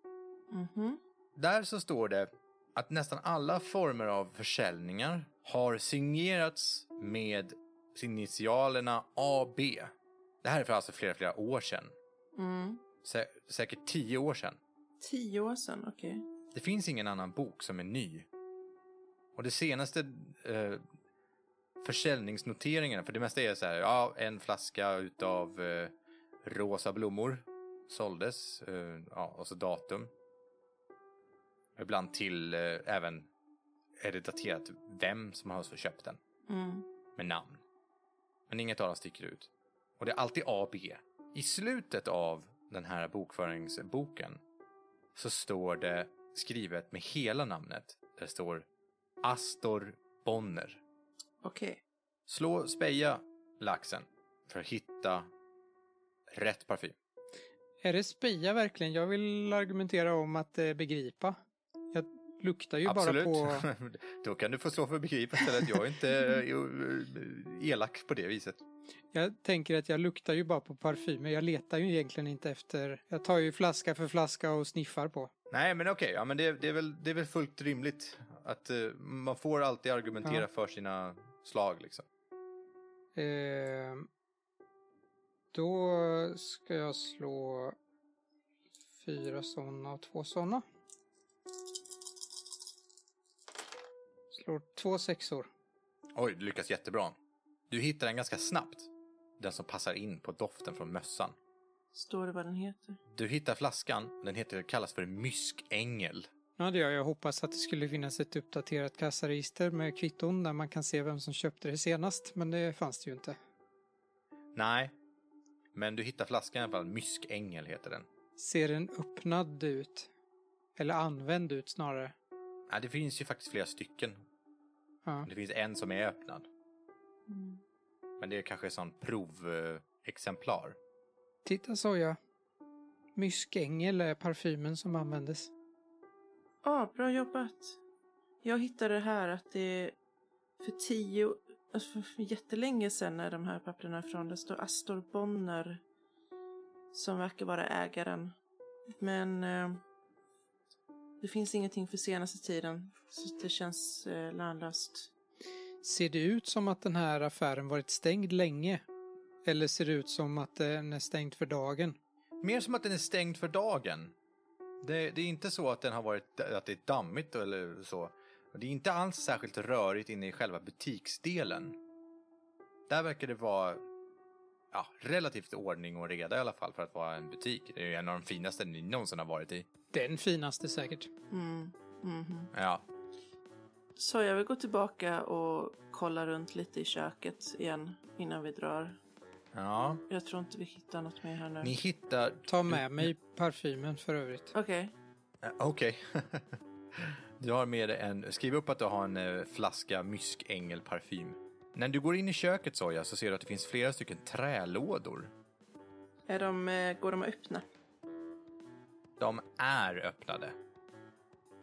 Speaker 2: Mhm.
Speaker 1: Där så står det att nästan alla former av försäljningar har signerats med initialerna AB. Det här är för alltså flera, flera år sedan.
Speaker 2: Mm.
Speaker 1: Sä- säkert tio år sedan.
Speaker 2: Tio år sedan, okej.
Speaker 1: Det finns ingen annan bok som är ny. Och det senaste eh, försäljningsnoteringarna, för det mesta är så här, ja, en flaska utav eh, rosa blommor såldes, eh, ja, och så datum. Ibland till eh, även är det daterat vem som har köpt den
Speaker 2: Mm.
Speaker 1: med namn. Men inget av dem sticker ut. Och det är alltid AB. I slutet av den här bokföringsboken så står det skrivet med hela namnet. Där det står Astor Bonner.
Speaker 2: Okej.
Speaker 1: Slå speja laxen för att hitta rätt parfym.
Speaker 3: Är det spia verkligen? Jag vill argumentera om att eh, begripa. Jag luktar ju
Speaker 1: Absolut.
Speaker 3: bara på...
Speaker 1: Då kan du få slå för begrip istället. Jag är inte eh, elak på det viset.
Speaker 3: Jag tänker att jag luktar ju bara på parfymer. Jag letar ju egentligen inte efter... Jag tar ju flaska för flaska och sniffar på.
Speaker 1: Nej, men okej. Ja, men det, det, är väl, det är väl fullt rimligt att eh, man får alltid argumentera
Speaker 3: Ja.
Speaker 1: för sina slag. Liksom.
Speaker 3: Eh, då ska jag slå fyra sådana och två sådana. Slår två sexor.
Speaker 1: Oj, du lyckas jättebra. Du hittar den ganska snabbt. Den som passar in på doften från mössan.
Speaker 2: Står det vad den heter?
Speaker 1: Du hittar flaskan. Den heter, kallas för myskängel.
Speaker 3: Nu hade jag ju hoppats att det skulle finnas ett uppdaterat kassaregister med kvitton där man kan se vem som köpte det senast, men det fanns det ju inte.
Speaker 1: Nej, men du hittar flaskan i alla fall. Myskängel heter den.
Speaker 3: Ser den öppnad ut? Eller använd ut snarare.
Speaker 1: Ja, det finns ju faktiskt flera stycken.
Speaker 3: Ja.
Speaker 1: Det finns en som är öppnad.
Speaker 2: Mm.
Speaker 1: Men det är kanske sån provexemplar.
Speaker 3: Titta soja. Myskängel är parfymen som användes.
Speaker 2: Ja, bra jobbat. Jag hittade här att det för tio, alltså för jättelänge sedan är de här papperna ifrån. Det står Astor Bonner som verkar vara ägaren. Men eh, det finns ingenting för senaste tiden så det känns eh, lönlöst.
Speaker 3: Ser det ut som att den här affären varit stängd länge? Eller ser det ut som att den är stängd för dagen?
Speaker 1: Mer som att den är stängd för dagen. Det, det är inte så att den har varit att det är dammigt eller så. Och Det är inte alls särskilt rörigt inne i själva butiksdelen. Där verkar det vara ja, relativt ordning och reda i alla fall för att vara en butik. Det är ju en av de finaste ni någonsin har varit i.
Speaker 3: Den finaste säkert.
Speaker 2: Mm. mhm.
Speaker 1: Ja,
Speaker 2: Så jag vill gå tillbaka och kolla runt lite i köket igen innan vi drar.
Speaker 1: ja.
Speaker 2: Jag tror inte vi hittar något mer här nu.
Speaker 1: Ni
Speaker 2: Okej.
Speaker 1: hittar...
Speaker 3: Ta med mig parfymen för övrigt.
Speaker 1: Eh, Okej. du har med dig en... Skriv upp att du har en eh, flaska myskängel parfym. När du går in i köket Soja så ser du att det finns flera stycken trälådor.
Speaker 2: Är de, eh, går de att öppna?
Speaker 1: De är öppnade.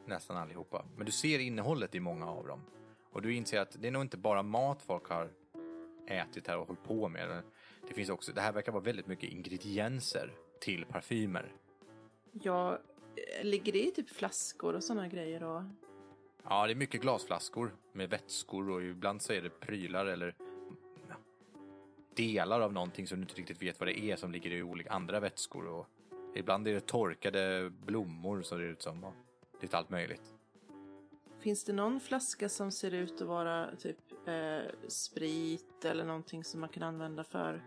Speaker 1: nästan allihopa. Men du ser innehållet i många av dem. Och du inser att det är nog inte bara mat folk har ätit här och hållit på med. Det finns också, det här verkar vara väldigt mycket ingredienser till parfymer.
Speaker 2: Jag ligger det i typ flaskor och sådana grejer och
Speaker 1: Ja, det är mycket glasflaskor med vätskor och ibland så är det prylar eller ja, delar av någonting som du inte riktigt vet vad det är som ligger i olika andra vätskor. Och ibland är det torkade blommor som det är ut som och lite allt möjligt.
Speaker 2: Finns det någon flaska som ser ut att vara typ eh, sprit eller någonting som man kan använda för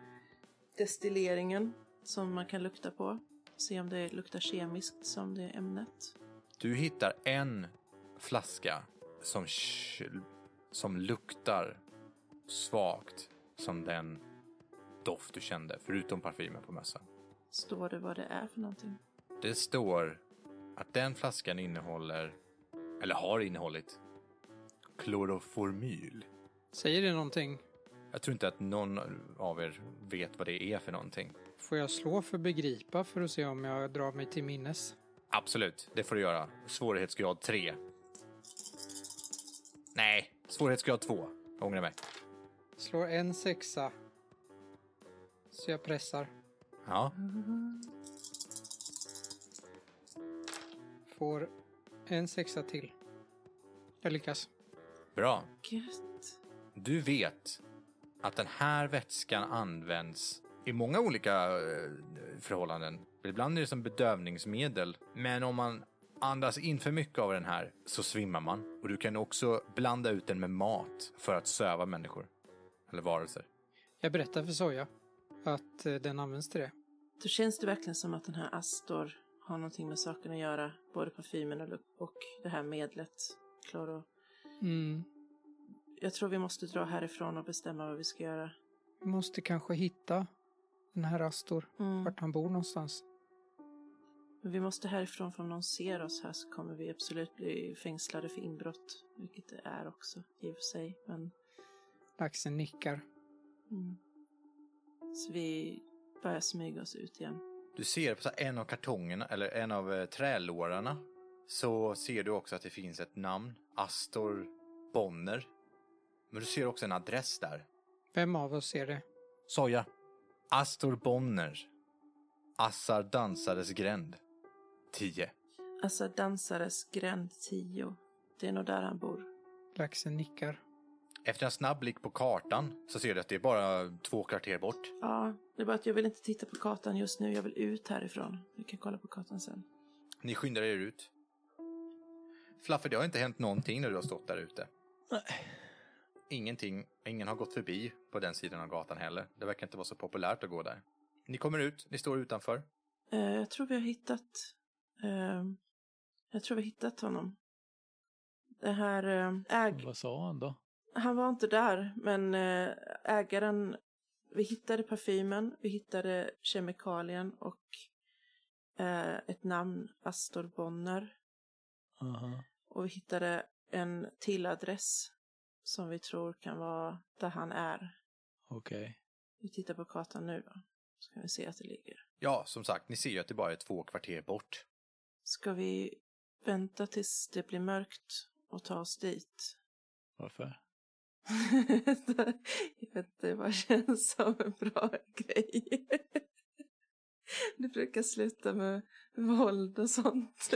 Speaker 2: destilleringen som man kan lukta på? Se om det luktar kemiskt som det ämnet.
Speaker 1: Du hittar en flaska som, sh- som luktar svagt som den doft du kände, förutom parfymen på mössan.
Speaker 2: Står det vad det är för någonting?
Speaker 1: Det står att den flaskan innehåller, eller har innehållit, kloroformyl.
Speaker 3: Säger det någonting?
Speaker 1: Jag tror inte att någon av er vet vad det är för någonting.
Speaker 3: Får jag slå för begripa för att se om jag drar mig till minnes?
Speaker 1: Absolut, det får du göra. Svårighetsgrad 3. Nej, svårighetsgrad 2. Jag ångrar mig.
Speaker 3: Slår en sexa. Så jag pressar.
Speaker 1: Ja,
Speaker 3: Får en sexa till. Jag lyckas.
Speaker 1: bra.
Speaker 2: Gött.
Speaker 1: Du vet att den här vätskan används i många olika eh, förhållanden. Ibland är det som bedövningsmedel, men om man andas in för mycket av den här så svimmar man. Och du kan också blanda ut den med mat för att söva människor. Eller varelser.
Speaker 3: Jag berättar för Soja att eh, den används till det.
Speaker 2: Då känns det verkligen som att den här Astor har någonting med saken att göra. Både parfymen och, luk- och det här medlet. Kloro.
Speaker 3: Mm.
Speaker 2: Jag tror vi måste dra härifrån och bestämma vad vi ska göra.
Speaker 3: Vi måste kanske hitta den här Astor,
Speaker 2: Mm.
Speaker 3: vart han bor någonstans.
Speaker 2: Men vi måste härifrån för om någon ser oss här så kommer vi absolut bli fängslade för inbrott. Vilket det är också i och för sig. Men,
Speaker 3: Laxen nickar.
Speaker 2: mm. Så vi börjar smyga oss ut igen.
Speaker 1: Du ser på så här en av kartongerna, eller en av eh, trälårarna, så ser du också att det finns ett namn. Astor Bonner. Men du ser också en adress där.
Speaker 3: Vem av oss är det?
Speaker 1: Soja. Astor Bonner. Assar dansares gränd. 10.
Speaker 2: Alltså dansares gränd 10. Det är nog där han bor.
Speaker 3: Laxen nickar.
Speaker 1: Efter en snabb blick på kartan så ser du att det är bara två kvarter bort.
Speaker 2: Ja, det är bara att jag vill inte titta på kartan just nu. Jag vill ut härifrån. Vi kan kolla på kartan sen.
Speaker 1: Ni skyndar er ut. Flaffer, det har inte hänt någonting när du har stått där ute. Ingenting, ingen har gått förbi på den sidan av gatan heller. Det verkar inte vara så populärt att gå där. Ni kommer ut, ni står utanför.
Speaker 2: Eh, jag tror vi har hittat... Eh, jag tror vi har hittat honom. Det här eh, äg...
Speaker 4: Vad sa han då?
Speaker 2: Han var inte där, men eh, ägaren... Vi hittade parfymen, vi hittade kemikalien och eh, ett namn, Astor Bonner.
Speaker 4: Aha.
Speaker 2: Och vi hittade en till adress som vi tror kan vara där han är.
Speaker 4: Okej.
Speaker 2: Vi tittar på kartan nu då, så kan vi se att det ligger.
Speaker 1: Ja, som sagt, ni ser ju att det bara är två kvarter bort.
Speaker 2: Ska vi vänta tills det blir mörkt och ta oss dit?
Speaker 4: Varför?
Speaker 2: jag vet inte, det bara känns som en bra grej. Det brukar sluta med våld och sånt.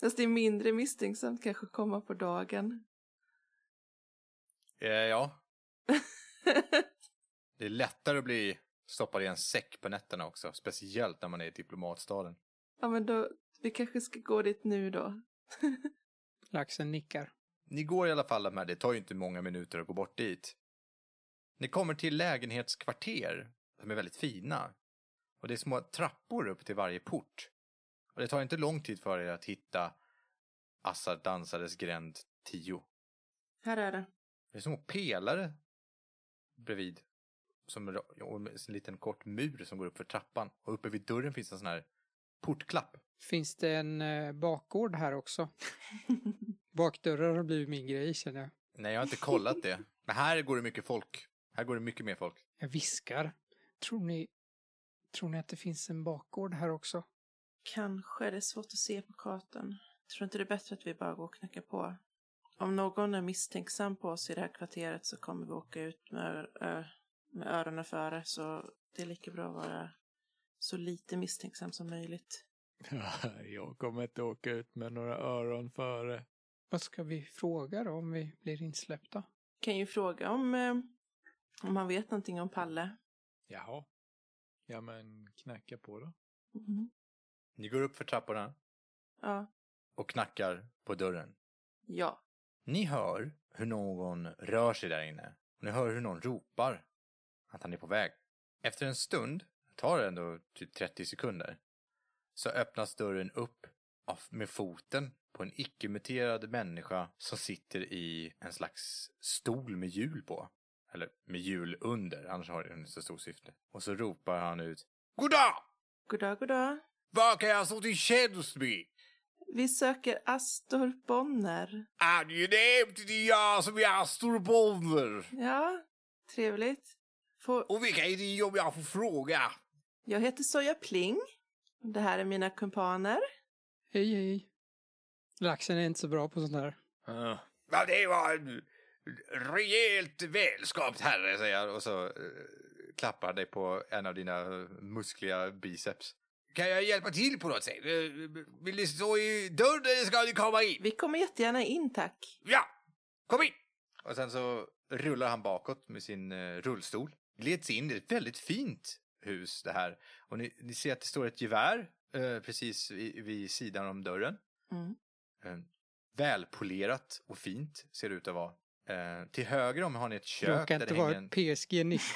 Speaker 2: Fast det är mindre misstänksamt kanske att komma på dagen.
Speaker 1: Eh, ja, det är lättare att bli stoppad i en säck på nätterna också. Speciellt när man är i diplomatstaden.
Speaker 2: ja, men då, vi kanske ska gå dit nu då.
Speaker 3: Laxen nickar.
Speaker 1: Ni går i alla fall med, det tar ju inte många minuter att gå bort dit. Ni kommer till lägenhetskvarter som är väldigt fina. Och det är små trappor upp till varje port. Och det tar inte lång tid för er att hitta Assar dansares gränd 10.
Speaker 2: Här är det.
Speaker 1: Det är små pelare bredvid. Som ra- och en liten kort mur som går upp för trappan. Och uppe vid dörren finns en sån här portklapp.
Speaker 3: Finns det en eh, bakgård här också? Bakdörrar har blivit min grej känner jag.
Speaker 1: Nej, jag har inte kollat det. Men här går det mycket folk. Här går det mycket mer folk.
Speaker 3: Jag viskar. Tror ni, tror ni att det finns en bakgård här också?
Speaker 2: Kanske, det är svårt att se på kartan. Tror inte det är bättre att vi bara går och knackar på? Om någon är misstänksam på oss i det här kvarteret så kommer vi åka ut med, ö, med öronen före. Så det är lika bra att vara så lite misstänksam som möjligt.
Speaker 4: Jag kommer inte åka ut med några öron före.
Speaker 3: Vad ska vi fråga då om vi blir insläppta?
Speaker 2: Kan ju fråga om, eh, om han vet någonting om Palle.
Speaker 4: Jaha. Ja men knacka på då.
Speaker 1: Ni går upp för trapporna
Speaker 2: Ja.
Speaker 1: och knackar på dörren.
Speaker 2: Ja.
Speaker 1: Ni hör hur någon rör sig där inne. Och ni hör hur någon ropar att han är på väg. Efter en stund, det tar det ändå typ 30 sekunder, så öppnas dörren upp av- med foten på en icke-muterad människa som sitter i en slags stol med hjul på. Eller med hjul under, annars har det inte så stort syfte. Och så ropar han ut Goddag!
Speaker 2: Goddag, goddag.
Speaker 1: Vad kan jag stå till tjänst med?
Speaker 2: Vi söker Astor Bonner.
Speaker 1: Angenämt, det är jag som är Astor Bonner.
Speaker 2: Ja, trevligt. Får...
Speaker 1: Och vilka är det om jag får fråga?
Speaker 2: Jag heter Soja Pling. Det här är mina kumpaner.
Speaker 3: Hej hej! Laxen är inte så bra på sånt här.
Speaker 1: Ja, det var en rejält välskapt herre, säger han. Och så eh, klappar han dig på en av dina eh, muskliga biceps. Kan jag hjälpa till på något sätt? Eh, Vill ni stå i dörren eller ska ni komma in?
Speaker 2: Vi kommer jättegärna in, tack.
Speaker 1: Ja, kom in! Och sen så rullar han bakåt med sin eh, rullstol. Leds in i ett väldigt fint hus det här. Och ni, ni ser att det står ett gevär eh, precis vid, vid sidan om dörren.
Speaker 2: Mm.
Speaker 1: Eh, välpolerat och fint ser det ut att vara. Eh, till höger om har ni ett kök.
Speaker 3: Råkar
Speaker 1: Där det,
Speaker 3: inte
Speaker 1: hänger
Speaker 3: vara
Speaker 1: en,
Speaker 3: ett PSG 90.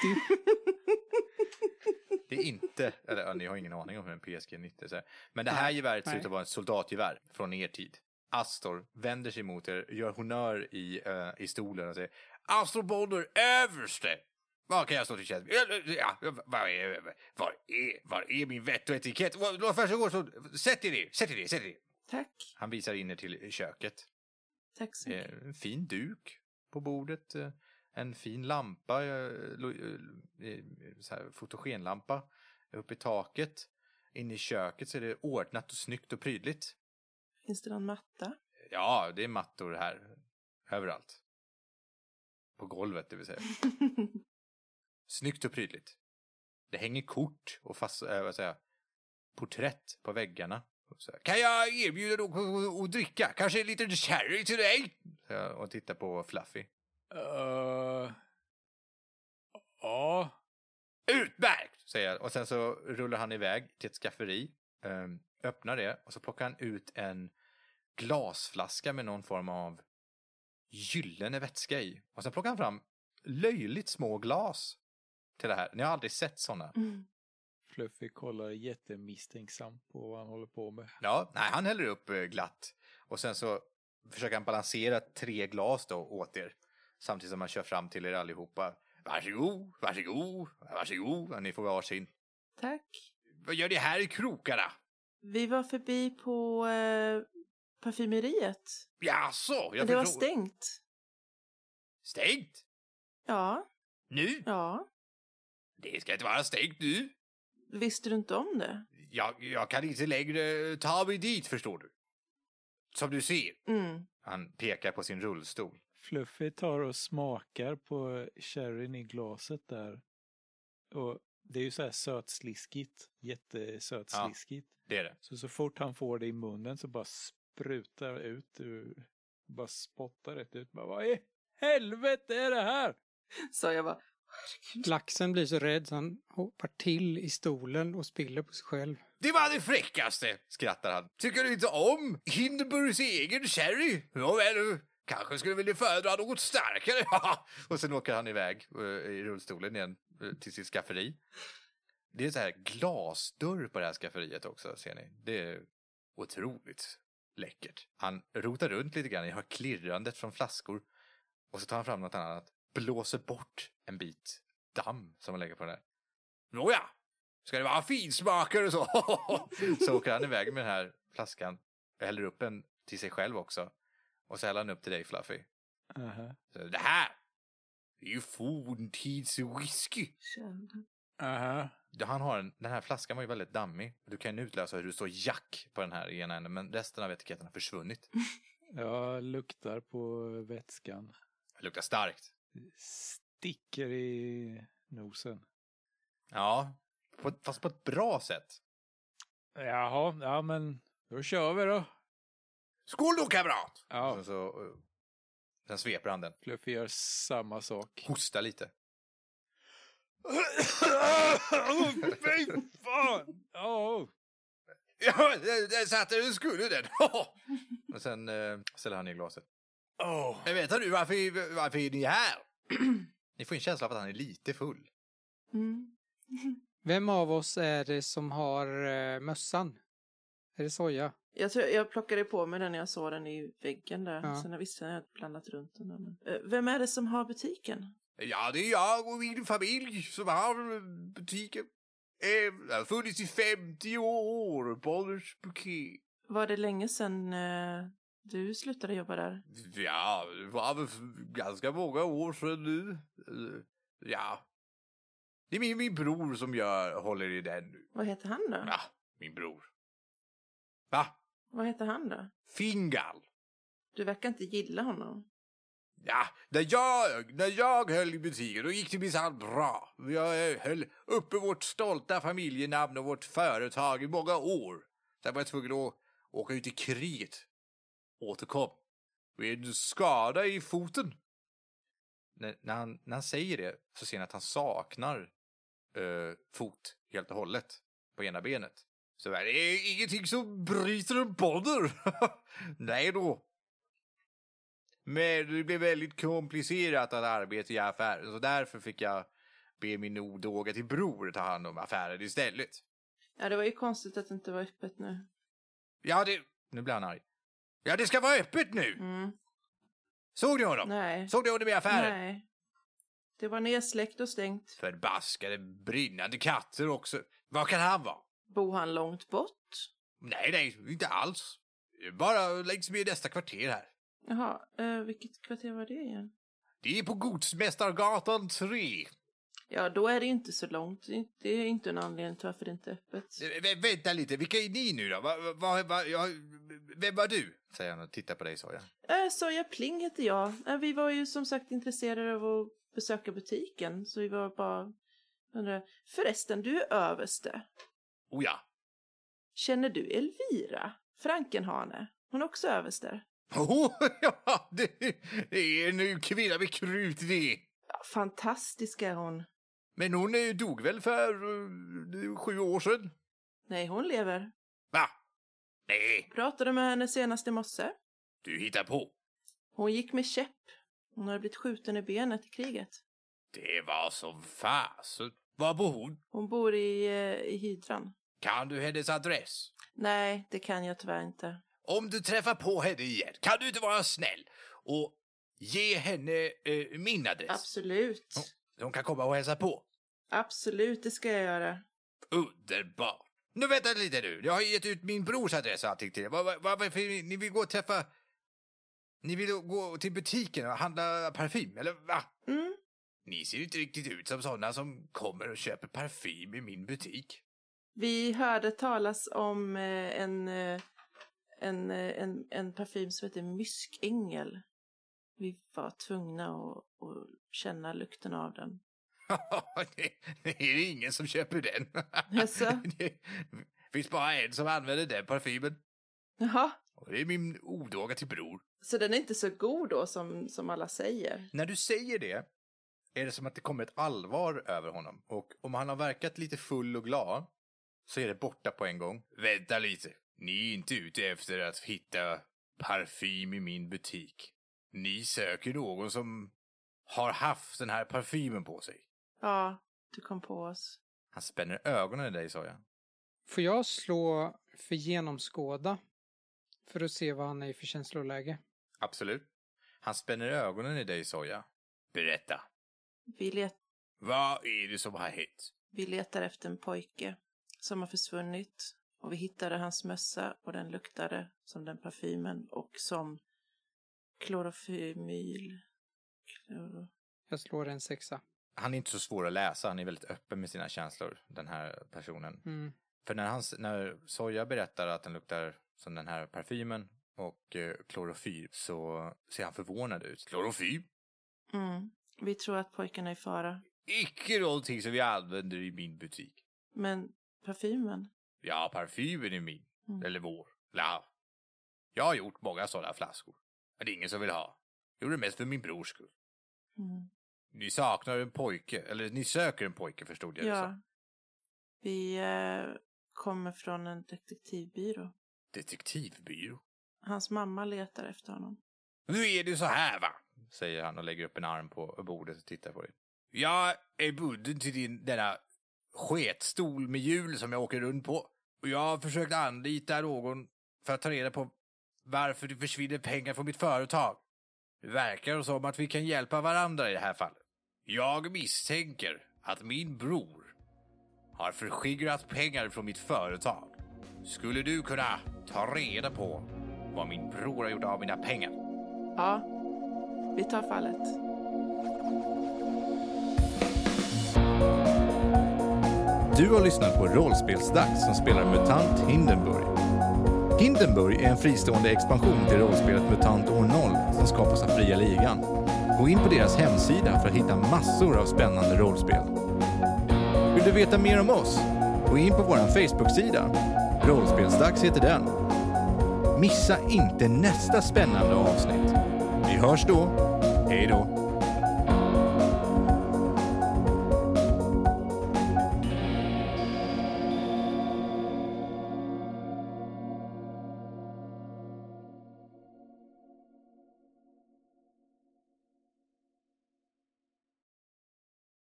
Speaker 1: det är inte, eller ja, ni har ingen aning om hur en PSG 90 ser Men det här geväret ser
Speaker 3: nej.
Speaker 1: ut att vara ett soldatgevär från er tid. Astor vänder sig mot er, gör honnör i, eh, i stolen och säger Astor Bonner, överste! Vad kan jag stå till tjänst med? Eh, eh, Ja, var, är, var, är, var är min vett och etikett? Vad- vad- Varsågod, så- sätt er ner, sätt er ner, sätt er ner.
Speaker 2: Tack.
Speaker 1: Han visar in er till köket.
Speaker 2: Tack så mycket.
Speaker 1: Eh, En fin duk på bordet. eh, En fin lampa. eh, lo- eh, eh, Så här, fotogenlampa uppe i taket. Inne i köket så är det ordnat och snyggt och prydligt.
Speaker 2: Finns det någon matta?
Speaker 1: Ja, det är mattor här. Överallt. På golvet, det vill säga. Snyggt och prydligt. Det hänger kort och fast, äh, vad säger jag, porträtt på väggarna. Och så här, Kan jag erbjuda något att- att dricka? Kanske en liten sherry till dig? Så jag, och tittar på Fluffy.
Speaker 4: Eh, ja.
Speaker 1: Utmärkt! Säger jag. Och sen så rullar han iväg till ett skafferi. ehm, öppnar det och så plockar han ut en glasflaska med någon form av gyllene vätska i. Och sen plockar han fram löjligt små glas till det här. Ni har aldrig sett sådana.
Speaker 2: Mm.
Speaker 4: Fluffy kollar jättemisstänksamt på vad han håller på med.
Speaker 1: Ja, nej, han häller upp eh, glatt. Och sen så försöker han balansera tre glas då åt er. Samtidigt som han kör fram till er allihopa. Varsågod, varsågod, varsågod. Ja, ni får varsin.
Speaker 2: Tack.
Speaker 1: Vad gör det här i krokarna?
Speaker 2: Vi var förbi på eh, parfymeriet.
Speaker 1: Jaså, jag
Speaker 2: Men det var
Speaker 1: förstår.
Speaker 2: stängt.
Speaker 1: Stängt?
Speaker 2: Ja,
Speaker 1: Nu?
Speaker 2: ja.
Speaker 1: Det ska inte vara stängt nu.
Speaker 2: Visste du inte om det?
Speaker 1: Jag, jag kan inte längre ta mig dit, förstår du. Som du ser.
Speaker 2: Mm.
Speaker 1: Han pekar på sin rullstol.
Speaker 4: Fluffy tar och smakar på sherryn i glaset där. Och det är ju så här sötsliskigt. Jättesötsliskigt.
Speaker 1: Det är det.
Speaker 4: Så så fort han får det i munnen så bara sprutar det ut ur, bara spottar rätt ut. Bara, Vad i helvete är det här?
Speaker 2: Så jag bara,
Speaker 3: Laxen blir så rädd så han hoppar till i stolen och spiller på sig själv.
Speaker 1: Det var det fräckaste, skrattar han. Tycker du inte om Hindenburgs egen sherry? Nåväl du, kanske skulle vilja föredra något starkare. och sen åker han iväg eh, i rullstolen igen eh, till sitt skafferi. Det är så här glasdörr på det här skafferiet också, ser ni. Det är otroligt läckert. Han rotar runt lite grann, ni hör klirrandet från flaskor. Och så tar han fram något annat, blåser bort en bit damm som han lägger på den här. Nåja, Ska det vara finsmakare och så? så åker han iväg med den här flaskan. Häller upp en till sig själv också. Och så häller han upp till dig Fluffy.
Speaker 4: Aha.
Speaker 1: Så, det här! Det är ju forntids whisky.
Speaker 2: Tjena.
Speaker 4: Aha.
Speaker 1: Ja, Han har en, den här flaskan var ju väldigt dammig. Du kan ju utläsa hur du står Jack på den här i ena änden, men resten av etiketten har försvunnit.
Speaker 4: Jag luktar på vätskan.
Speaker 1: Det luktar starkt.
Speaker 4: Sticker i nosen.
Speaker 1: Ja, på, fast på ett bra sätt.
Speaker 4: Jaha, ja men då kör vi då.
Speaker 1: Skål då kamrat!
Speaker 4: Ja,
Speaker 1: Sen, så, eh, sen sveper han den,
Speaker 4: Fluffy gör samma sak.
Speaker 1: hostar lite.
Speaker 4: Åh, Fy fan! Ja,
Speaker 1: Ja, där där satt den, skulle den! Och sen eh, ställer han ner glaset.
Speaker 4: Åh.
Speaker 1: Men vet du varför, varför är ni här? ni får en känsla av att han är lite full.
Speaker 2: Mm.
Speaker 3: Vem av oss är det som har eh, mössan? Är det Soja?
Speaker 2: Jag, tror, jag plockade på mig den när jag såg den i väggen där.
Speaker 3: Ja.
Speaker 2: Sen jag visste jag att jag blandat runt den. där, Men... Eh, Vem är det som har butiken?
Speaker 1: Ja, det är jag och min familj som har butiken. Eh, den har funnits i 50 år, Bollers buket.
Speaker 2: Var det länge sedan eh, du slutade jobba där?
Speaker 1: Ja, det var väl f- ganska många år sedan nu. Eh, Ja. Det är min, min bror som gör, håller i den nu.
Speaker 2: Vad heter han då?
Speaker 1: Ja, min bror. Va?
Speaker 2: Vad heter han då?
Speaker 1: Fingal.
Speaker 2: Du verkar inte gilla honom.
Speaker 1: Ja, när jag, när jag höll i butiken då gick det minsann bra. Jag eh, höll uppe vårt stolta familjenamn och vårt företag i många år. Sen var jag tvungen att åka ut i kriget. Återkom. Med en skada i foten. När, när, han, när han säger det så ser han att han saknar eh, fot helt och hållet på ena benet. Så det är ingenting som bryter en bonner. Nej då. Men det blev väldigt komplicerat att arbeta i affären så därför fick jag be min odåga till bror ta hand om affären istället.
Speaker 2: Ja, det var ju konstigt att det inte var öppet nu.
Speaker 1: Ja, det... Nu blir han arg. Ja, det ska vara öppet nu!
Speaker 2: Mm.
Speaker 1: Såg ni honom?
Speaker 2: Nej.
Speaker 1: Såg ni honom i affären?
Speaker 2: Nej. Det var nedsläckt och stängt.
Speaker 1: Förbaskade brinnande katter också. Vad kan han vara?
Speaker 2: Bor han långt bort?
Speaker 1: Nej, nej, inte alls. Bara längs med nästa kvarter här.
Speaker 2: Jaha, eh, vilket kvarter var det igen?
Speaker 1: Det är på Godsmästargatan 3.
Speaker 2: Ja, då är det inte så långt. Det är inte- Det är inte en anledning till varför det inte är öppet.
Speaker 1: Eh, vä- Vänta lite, vilka är ni nu då? Va, va, va, va, ja, vem var du? Säger han och tittar på dig, sa jag.
Speaker 2: Äh, Soja Pling heter jag. Eh, vi var ju som sagt intresserade av att besöka butiken, så vi var bara... Undrar, förresten, du är överste.
Speaker 1: Oh ja,
Speaker 2: Känner du Elvira? Frankenhane? Hon är också överste.
Speaker 1: Oh, ja, det, det är en eh, kvinna med krut det.
Speaker 2: Ja, fantastisk är hon.
Speaker 1: Men hon eh, dog väl för eh, sju år sedan?
Speaker 2: Nej, hon lever.
Speaker 1: Va? Nej,
Speaker 2: Pratade med henne senast i morse.
Speaker 1: du hittar på.
Speaker 2: Hon gick med käpp. Hon hade blivit skjuten i benet i kriget.
Speaker 1: Det var som fasen. Var bor hon?
Speaker 2: Hon bor i, eh, i Hydran.
Speaker 1: Kan du hennes adress?
Speaker 2: Nej, det kan jag tyvärr inte.
Speaker 1: Om du träffar på henne igen, kan du inte vara snäll och ge henne eh, min adress?
Speaker 2: Absolut.
Speaker 1: Ja. Så hon kan komma och hälsa på.
Speaker 2: Absolut, det ska jag göra.
Speaker 1: Underbart! Nu vänta lite nu, jag har ju gett ut min brors adress och allting till er. Vad- vad- vad- Varför ni vill gå och träffa... Ni vill gå till butiken och handla parfym, eller va?
Speaker 2: Mm.
Speaker 1: Ni ser inte riktigt ut som sådana som kommer och köper parfym i min butik.
Speaker 2: Vi hörde talas om eh, en, eh, en, eh, en, en parfym som heter Myskängel. Vi var tvungna att, att känna lukten av den.
Speaker 1: det, det är ingen som köper den.
Speaker 2: Jaså?
Speaker 1: det finns bara en som använder den parfymen.
Speaker 2: Jaha,
Speaker 1: Och det är min odåga till bror.
Speaker 2: så den är inte så god då som, som alla säger?
Speaker 1: När du säger det är det som att det kommer ett allvar över honom. Och om han har verkat lite full och glad så är det borta på en gång. Vänta lite. Ni är inte ute efter att hitta parfym i min butik. Ni söker någon som har haft den här parfymen på sig.
Speaker 2: Ja, du kom på oss.
Speaker 1: Han spänner ögonen i dig, sa jag.
Speaker 3: Får jag slå för genomskåda? För att se vad han är i för känsloläge.
Speaker 1: Absolut. Han spänner ögonen i dig, sa jag. Berätta.
Speaker 2: Vi, let,
Speaker 1: Vad är det som har hänt?
Speaker 2: vi letar efter en pojke som har försvunnit. Och vi hittade hans mössa och den luktade som den parfymen och som klorofymyl. Kloro...
Speaker 3: Jag slår en sexa.
Speaker 1: han är inte så svår att läsa, han är väldigt öppen med sina känslor, den här personen.
Speaker 3: Mm.
Speaker 1: För när, han, när Soja berättar att den luktar som den här parfymen och eh, klorofyr så ser han förvånad ut. Klorofyr?
Speaker 2: Mm. Vi tror att pojken är i fara.
Speaker 1: Icke någonting som vi använder i min butik.
Speaker 2: Men parfymen?
Speaker 1: Ja, parfymen är min.
Speaker 2: Mm.
Speaker 1: Eller vår. La. Jag har gjort många sådana flaskor. Men det är ingen som vill ha. Jag gjorde det mest för min brors skull.
Speaker 2: Mm.
Speaker 1: Ni saknar en pojke, eller ni söker en pojke förstod jag det som.
Speaker 2: Ja. Vi eh, kommer från en detektivbyrå.
Speaker 1: Detektivbyrå.
Speaker 2: Hans mamma letar efter honom.
Speaker 1: Nu är det så här va, säger han och lägger upp en arm på bordet och tittar på dig. Jag är bunden till din, denna sketstol med hjul som jag åker runt på. Och jag har försökt anlita någon för att ta reda på varför det försvinner pengar från mitt företag. Det verkar som att vi kan hjälpa varandra i det här fallet. Jag misstänker att min bror har förskingrat pengar från mitt företag. Skulle du kunna ta reda på vad min bror har gjort av mina pengar?
Speaker 2: Ja, vi tar fallet.
Speaker 1: Du har lyssnat på Rollspelsdags som spelar MUTANT Hindenburg. Hindenburg är en fristående expansion till rollspelet MUTANT år 0 som skapas av Fria Ligan. Gå in på deras hemsida för att hitta massor av spännande rollspel. Vill du veta mer om oss? Gå in på vår Facebook-sida. Rollspelsdags heter den. Missa inte nästa spännande avsnitt. Vi hörs då. Hej då.